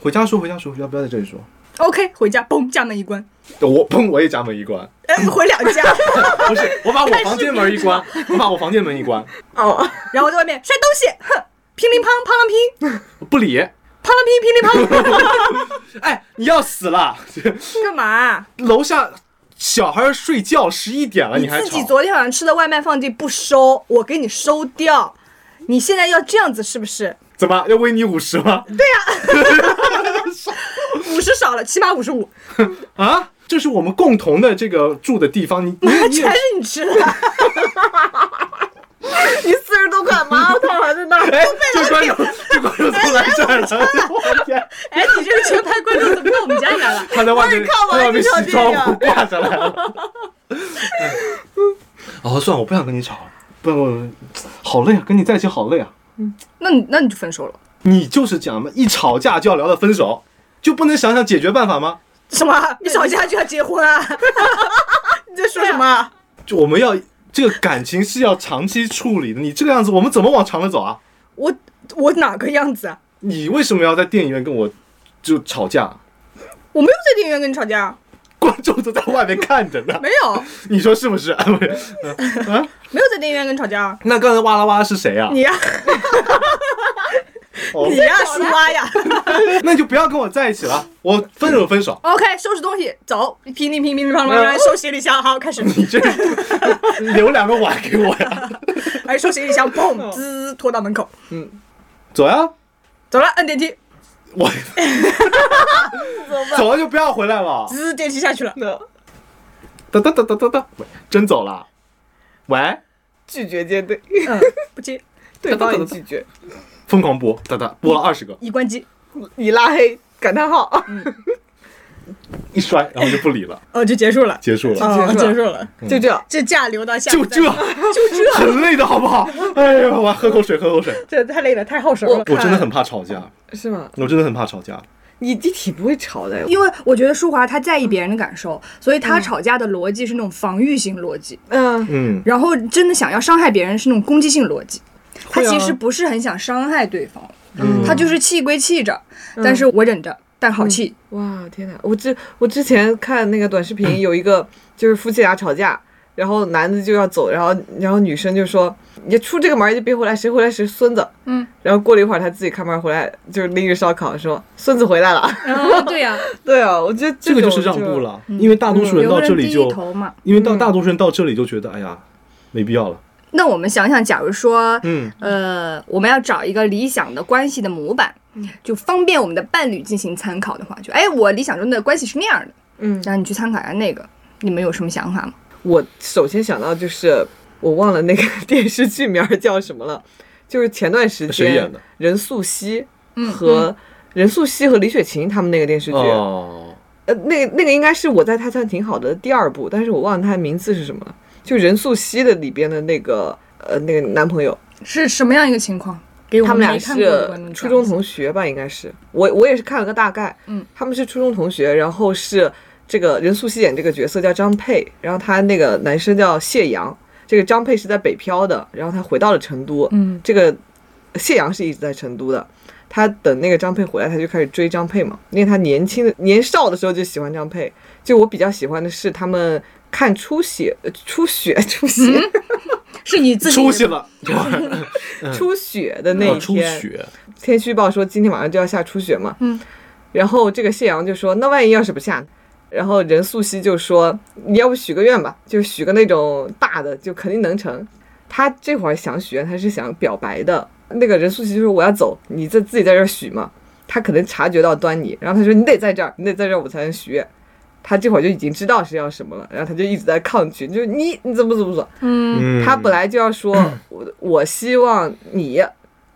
D: 回家说，回家说，回家不要在这里说。
C: ？OK，回家嘣，家门一关，
D: 我砰，我也家门一关，
C: 哎，回两 [laughs] 家，
D: [laughs] 不是，我把我房间门一关，我把我房间门一关，
B: 哦，
C: 然后在外面摔东西，哼，乒铃乓，乓啷乒，
D: 不理。
C: 乓啷乒，乒铃
D: 哎，你要死了！
C: 乓， [laughs] 干嘛？
D: 楼下小孩睡觉，十一点了，
C: 你
D: 哎还
C: 自己
D: 吵？
C: 昨天晚上吃的外卖放地不收，我给你收掉。你现在要这样子是不是？
D: 怎么要喂你五十吗？
C: 五十少了，起码五十五，
D: 啊，这是我们
C: [laughs]
D: 共同的这个住的地方，你你你
C: 全是你吃的。
B: 你四十多块，马上套还在那儿。
D: 哎，这观众，这观众都来这儿了，我
C: [laughs]
D: 天！
E: 哎，你这个全拍观众怎么到我们家来了？
D: 他在外面，
B: 看
D: 他
B: 完
D: 在外面
B: 这场
D: 西装
B: 电影
D: 裤挂上来
C: [laughs]
D: 了。哎哦，算了，我不想跟你吵了，不然我好累啊，跟你在一起好累啊。
C: 那你那你就分手了？
D: 你就是讲嘛，一吵架就要聊到分手，就不能想想解决办法吗？
B: 什么？
E: 你吵架就要结婚啊？
B: [laughs] 你在说什么？
D: 就我们要这个感情是要长期处理的，你这个样子，我们怎么往长了走啊？
C: 我我哪个样子啊？
D: 你为什么要在电影院跟我就吵架？ [laughs]
C: 我没有在电影院跟你吵架，啊
D: 观众都在外面看着呢，
C: 没有
D: 你说是不是？啊不是
C: 没有在电影院跟你吵 [laughs] 架。啊
D: 那刚才哇啦哇啦是谁啊？
C: 你呀、
D: 哦
B: 你呀，树蛙呀！
D: 那你就不要跟我在一起了，我分手分手。
C: o k 收拾东西走，噼里噼里噼里啪啦啪
E: 来
C: 啦，
E: 收行李箱，好，开
D: [laughs]
E: 始。
D: 你这留两个碗给我呀，
C: [laughs] 哎，收行李箱，砰，滋，拖到门口，
D: 走呀、
C: 走了，摁电梯，
D: 我走了就不要回来了。
C: 滋，电梯下去了。
D: 哒哒哒哒哒哒，喂真走了？喂，
B: 拒绝接对，
C: 嗯， [laughs] 不接，
B: 对方也拒绝，
D: 疯狂播，哒哒播了二十个，
C: 已关机，
B: 已拉黑，感叹号。
D: 一摔然后就不理了，
C: 哦，就结束了，
D: 嗯结束了，
C: 哦，
B: 结束了
C: 结束了。
B: 就这样，
C: 这架留到下
D: 就
C: 次再
D: 这，
C: 说，
D: [laughs] 就这，很累的好不好？哎呦，我喝口水，喝口水。
E: 这太累了，太耗神了。
D: 我真的很怕吵架，
B: 是吗？
D: 我真的很怕吵架。
B: 你你挺不会吵的，
C: 因为我觉得舒华她在意别人的感受，所以她吵架的逻辑是那种防御型逻辑，
B: 嗯，
D: 嗯，
C: 然后真的想要伤害别人是那种攻击性逻辑。她
B: 会啊
C: 其实不是很想伤害对方，
D: 嗯
C: 她就是气归气着，但是我忍着，但好气。
B: 哇，天哪！我之我之前看那个短视频，有一个就是夫妻俩吵架，然后男的就要走，然后然后女生就说：“你出这个门儿就别回来，谁回来谁孙子。”
C: 嗯，
B: 然后过了一会儿，他自己开门回来，就是拎着烧烤说：“孙子回来了。 [laughs]
C: [laughs]
E: 嗯，对呀，”
B: 对啊，我觉得
D: 这
B: 种
D: 个就是让步。了，因为大多数人
C: 嗯有
D: 到
C: 个
D: 这
C: 人
D: 里
C: 低一
D: 就，
C: 头嘛。
D: 因为到大多数人到这里就觉得，哎呀，没必要了。
C: 那我们想想，假如说，
D: 嗯，
C: 呃，我们要找一个理想的关系的模板，就方便我们的伴侣进行参考的话，就哎，我理想中的关系是那样的，
B: 嗯，
C: 然后你去参考一下那个，你们有什么想法吗？
B: 我首先想到就是我忘了那个 [laughs] 电视剧名儿叫什么了，就是前段时间
D: 谁演的
B: 任素汐和任素汐和李雪琴他们那个电视剧，
D: 哦，
B: 呃，那个那个应该是我在他算挺好的第二部，但是我忘了他名字是什么了。就任素汐的里边的那个呃那个男朋友，
C: 是什么样一个情况？给我
B: 他们俩
C: 没看过的
B: 是
C: 观众
B: 初
C: 讲
B: 中同学吧？应该是我我也是看了个大概，
C: 嗯，
B: 他们是初中同学，然后是这个任素汐演这个角色叫张佩，然后他那个男生叫谢阳，这个张佩是在北漂的，然后他回到了成都，
C: 嗯，
B: 这个谢阳是一直在成都的。他等那个张佩回来，他就开始追张佩嘛，因为他年轻的年少的时候就喜欢张佩。就我比较喜欢的是他们看出血、呃出血、出血、
E: 是你自己
D: 出息了，
B: 出血的那一
D: 哦出
B: 天，
D: 血，
B: 天气预报说今天晚上就要下初雪嘛，嗯，然后这个谢阳就说那万一要是不下呢，然后任素汐就说你要不许个愿吧，就许个那种大的，就肯定能成。他这会儿想许愿，他是想表白的。那个任素汐就说我要走，你在自己在这儿许嘛。他可能察觉到端倪，然后他说你得在这儿，你得在这儿我才能许愿。他这会儿就已经知道是要什么了，然后他就一直在抗拒，就是你你怎么怎么说？
D: 嗯
B: 他本来就要说，我我希望你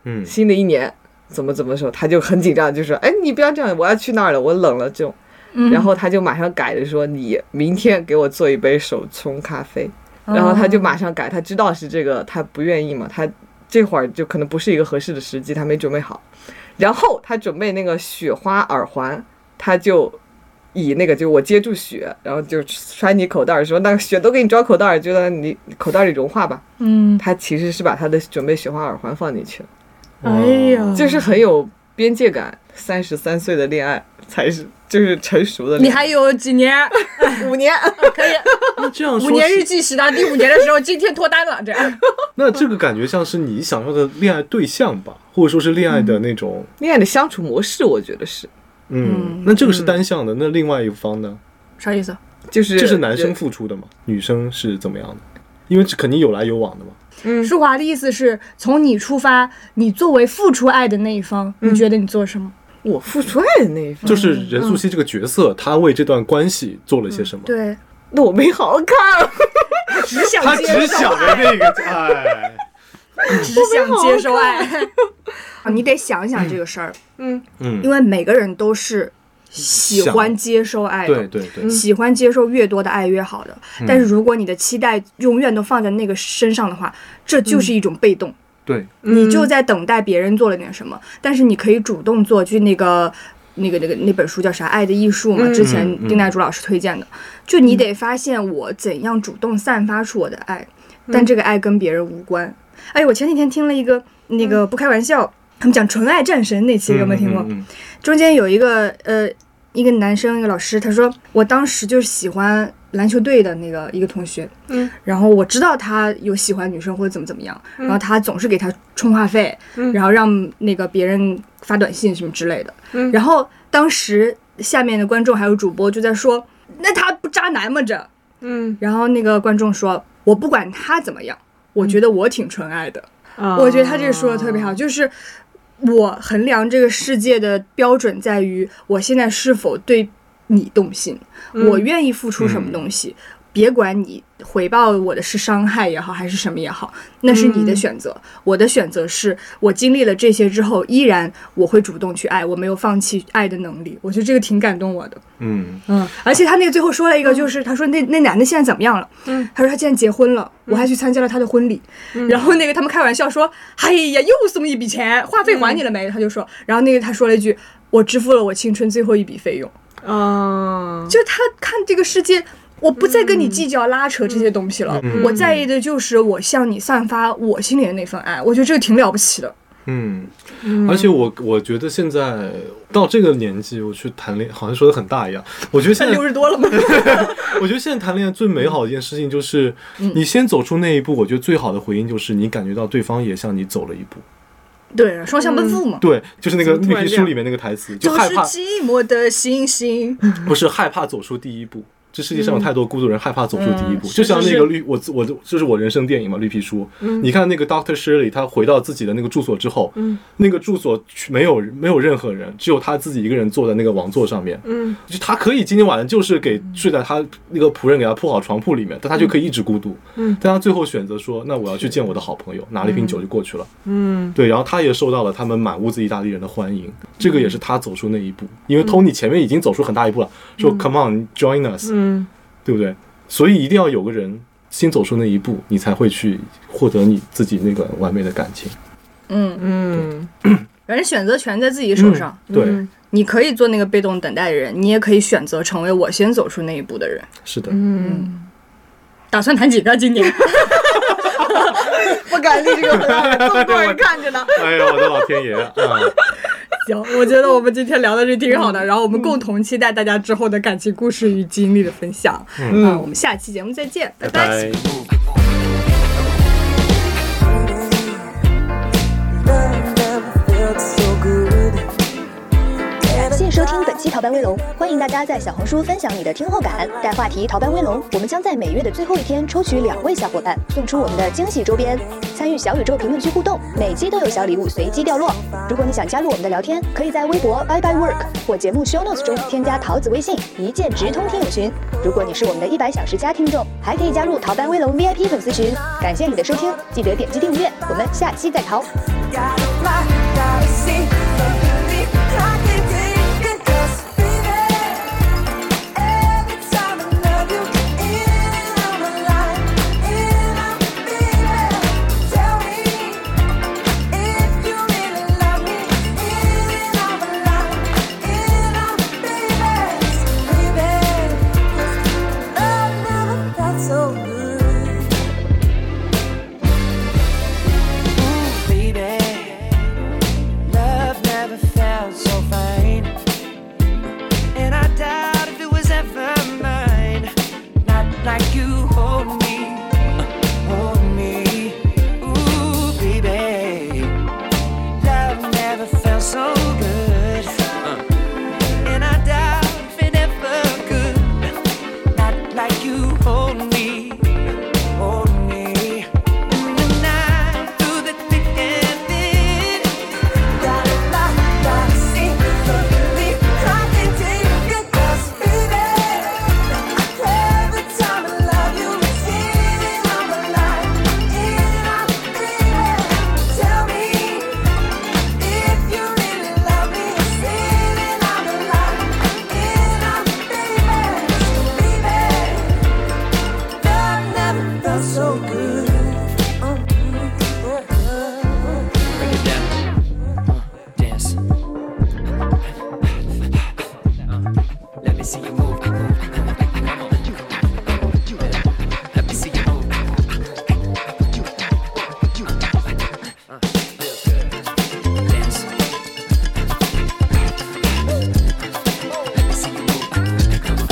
D: 嗯
B: 新的一年怎么怎么说，他就很紧张，就说：“哎，你不要这样，我要去那儿了，我冷了。”这种，
C: 嗯
B: 然后他就马上改着说：“你明天给我做一杯手冲咖啡。”
C: 哦
B: 然后他就马上改，他知道是这个，他不愿意嘛，他这会儿就可能不是一个合适的时机，他没准备好。然后他准备那个雪花耳环，他就以那个就我接住雪，然后就揣你口袋儿，说那个雪都给你装口袋儿，就在你口袋里融化吧。嗯，他其实是把他的准备雪花耳环放进去了。
D: 哎呀，
B: 就是很有边界感。三十三岁的恋爱才是就是成熟的
C: 你
B: 恋爱，
C: 还有
B: [laughs]
C: 几年？
B: 五年
D: 那这样
C: 五
D: 说
C: 年
D: 是
C: 日记史到第五年的时候，今天脱单了，这样。
D: 那这个感觉像是你想要的恋爱对象吧，或者说是恋爱
C: 嗯
D: 的那种，
B: 恋爱的相处模式，我觉得是
D: 嗯，那这个是单向的，那另外一方呢？
C: [laughs] 啥意思？
B: 就是
D: 这是男生付出的嘛，女生是怎么样的？因为这肯定有来有往的嘛。
C: 嗯舒华的意思是从你出发，你作为付出爱的那一方，你觉得你做什么？
B: 我付出爱的那一
C: 嗯
B: 方，
D: 就是任素汐这个角色，她为这段关系做了些什么？
C: 嗯对，
B: 那我没好好看，啊
C: [laughs] 只想
D: 她
C: 接
D: 只想着那个，哎，
C: 只想接受爱。 [laughs] 啊你得想一想这个事儿， [laughs] 因
D: 嗯，
C: 为每个人都是喜欢
D: 想
C: 接受爱的嗯
D: 对。嗯对对，
C: 喜欢接受越多的爱越好的，但是如果你的期待永远都放在那个身上的话，这就是一种被动，
D: 对，
B: 嗯
C: 你就在等待别人做了点什么，但是你可以主动做，就那个。那个那个那本书叫啥？《爱的艺术》嘛，之前
D: 嗯嗯
C: 丁乃竺老师推荐的。就你得发现我怎样主动散发出我的爱，但这个爱跟别人无关。哎，我前几天听了一个那个不开玩笑，他们讲纯爱战神那期，有没有听过？
D: 嗯？嗯嗯
C: 中间有一个呃，一个男生，一个老师，他说我当时就是喜欢篮球队的那个一个同学，
B: 嗯，
C: 然后我知道他有喜欢女生或者怎么怎么样，然后他总是给他充话费，
B: 嗯
C: 然后让那个别人发短信什么之类的，
B: 嗯
C: 然后当时下面的观众还有主播就在说，那他不渣男吗这？
B: 嗯，
C: 然后那个观众说，我不管他怎么样，我觉得
B: 嗯
C: 我挺纯爱的。
B: 啊
C: 我觉得他这个说的特别好，，就是我衡量这个世界的标准在于我现在是否对你动心，我愿意付出什么东西。别管你回报我的是伤害也好，还是什么也好，那是你的选择。我的选择是我经历了这些之后，依然我会主动去爱，我没有放弃爱的能力。我觉得这个挺感动我的。
D: 嗯，
C: 嗯，而且他那个最后说了一个，就是他说那那男的现在怎么样了？
B: 嗯，
C: 他说他现在结婚了，我还去参加了他的婚礼。然后那个他们开玩笑说，哎呀，又送一笔钱，话费还你了没？他就说，然后那个他说了一句，我支付了我青春最后一笔费用。
B: 啊，
C: 就他看这个世界，我不再跟你计较拉扯这些东西了，
D: 嗯
C: 我在意的就是我向你散发我心里的那份爱。我觉得这个挺了不起的。
D: 嗯，而且我我觉得现在到这个年纪，我去谈恋，好像说的很大一样。我觉得现在
C: [laughs] 六十多了吗？
D: [laughs] 我觉得现在谈恋爱最美好的一件事情就是，你先走出那一步。我觉得最好的回应就是你感觉到对方也向你走了一步。
C: 对，双向奔赴嘛。
D: 对，就是那个
B: 怎么突
D: 绿
B: 然
D: 皮书
B: 这样
D: 里面那个台词，嗯就
C: 就
D: 害
C: 是
D: 怕
C: 寂寞的星星，
D: 不是害怕走出第一步。这世界上有太多孤独人害怕走出第一
E: 嗯
D: 步，就像那
E: 是
D: 个
E: 是
D: 绿，我自我就是我人生电影嘛，《绿皮书》。你看那个 Doctor Shirley，他回到自己的那个住所之后，那个住所没有没有任何人，只有他自己一个人坐在那个王座上面。
B: 嗯，
D: 就他可以今天晚上就是给睡在他那个仆人给他铺好床铺里面，但他就可以一直孤独。
B: 嗯，
D: 但他最后选择说，那我要去见我的好朋友，拿了一瓶酒就过去了。
B: 嗯，
D: 对，然后他也受到了他们满屋子意大利人的欢迎，这个也是他走出那一步，
B: 嗯
D: 因为 Tony 前面已经走出很大一步了，说 Come on, join us，
B: 嗯，
D: 对不对？所以一定要有个人先走出那一步，你才会去获得你自己那个完美的感情。
B: 嗯，
C: 反正选择权在自己手上。
D: 对，
C: 你可以做那个被动等待的人，你也可以选择成为我先走出那一步的人。
D: 是的，
B: 嗯
E: 打算谈几个今年？
B: 不敢立这
D: [laughs]
B: 个回答，这么多人看着呢。
D: 哎呀，我的老天爷
B: [laughs]
D: 啊！
E: 行，我觉得我们今天聊的是挺好的，然后我们共同期待大家之后的感情故事与经历的分享。
C: 嗯，我们下期节目再见，拜拜
D: 拜。
F: [laughs] 感谢收听本期《逃班威龙》，欢迎大家在小红书分享你的听后感，带话题“逃班威龙”，我们将在每月的最后一天抽取两位小伙伴，送出我们的惊喜周边。参与小宇宙评论区互动，每期都有小礼物随机掉落。如果你想加入我们的聊天，可以在微博 Bye Bye Work 或节目 Show Notes 中添加桃子微信，一键直通听友群。如果你是我们的一百小时加听众，还可以加入逃班威龙 VIP 粉丝群。感谢你的收听，记得点击订阅，我们下期再逃。
G: Gotta fly, gotta see, luckily I can take it, just be there. Every time I love you, in I'm alive, in I'm feeling. Tell me if you really love me, in I'm alive, in I'm feeling, baby. Love never felt so good. Ooh, baby, love Oh,
H: Let me see you move. Let me see you move. Uh, feel good. Dance. Let me see you move. Let me see you move.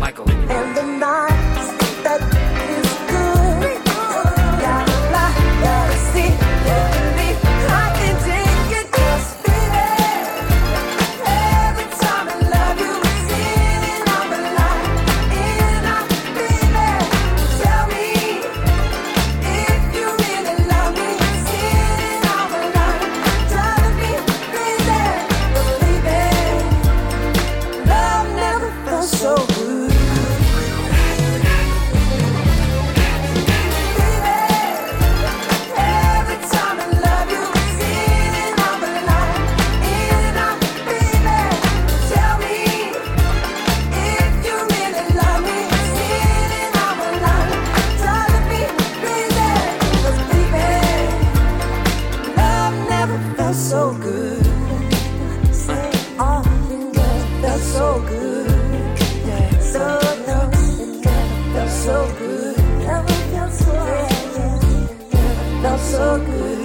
H: Michael.
G: And the night that is good. Gotta fly, gotta see, gotta be. I can take it, just feel it. Every time I love you, it's in and I'm alive, and I feel it. Tell me if you really love me, it's in and I'm alive. Drive me crazy, believe it. Love never felt so good. Every time I love you, it's in and out of line, in and out, baby. Tell me if you really love me, it's in and out of line, driving me crazy. 'Cause baby, love never felt so good. Nothing felt so good. So nothing felt so good. Uh-huh. Never felt so good. Felt so good.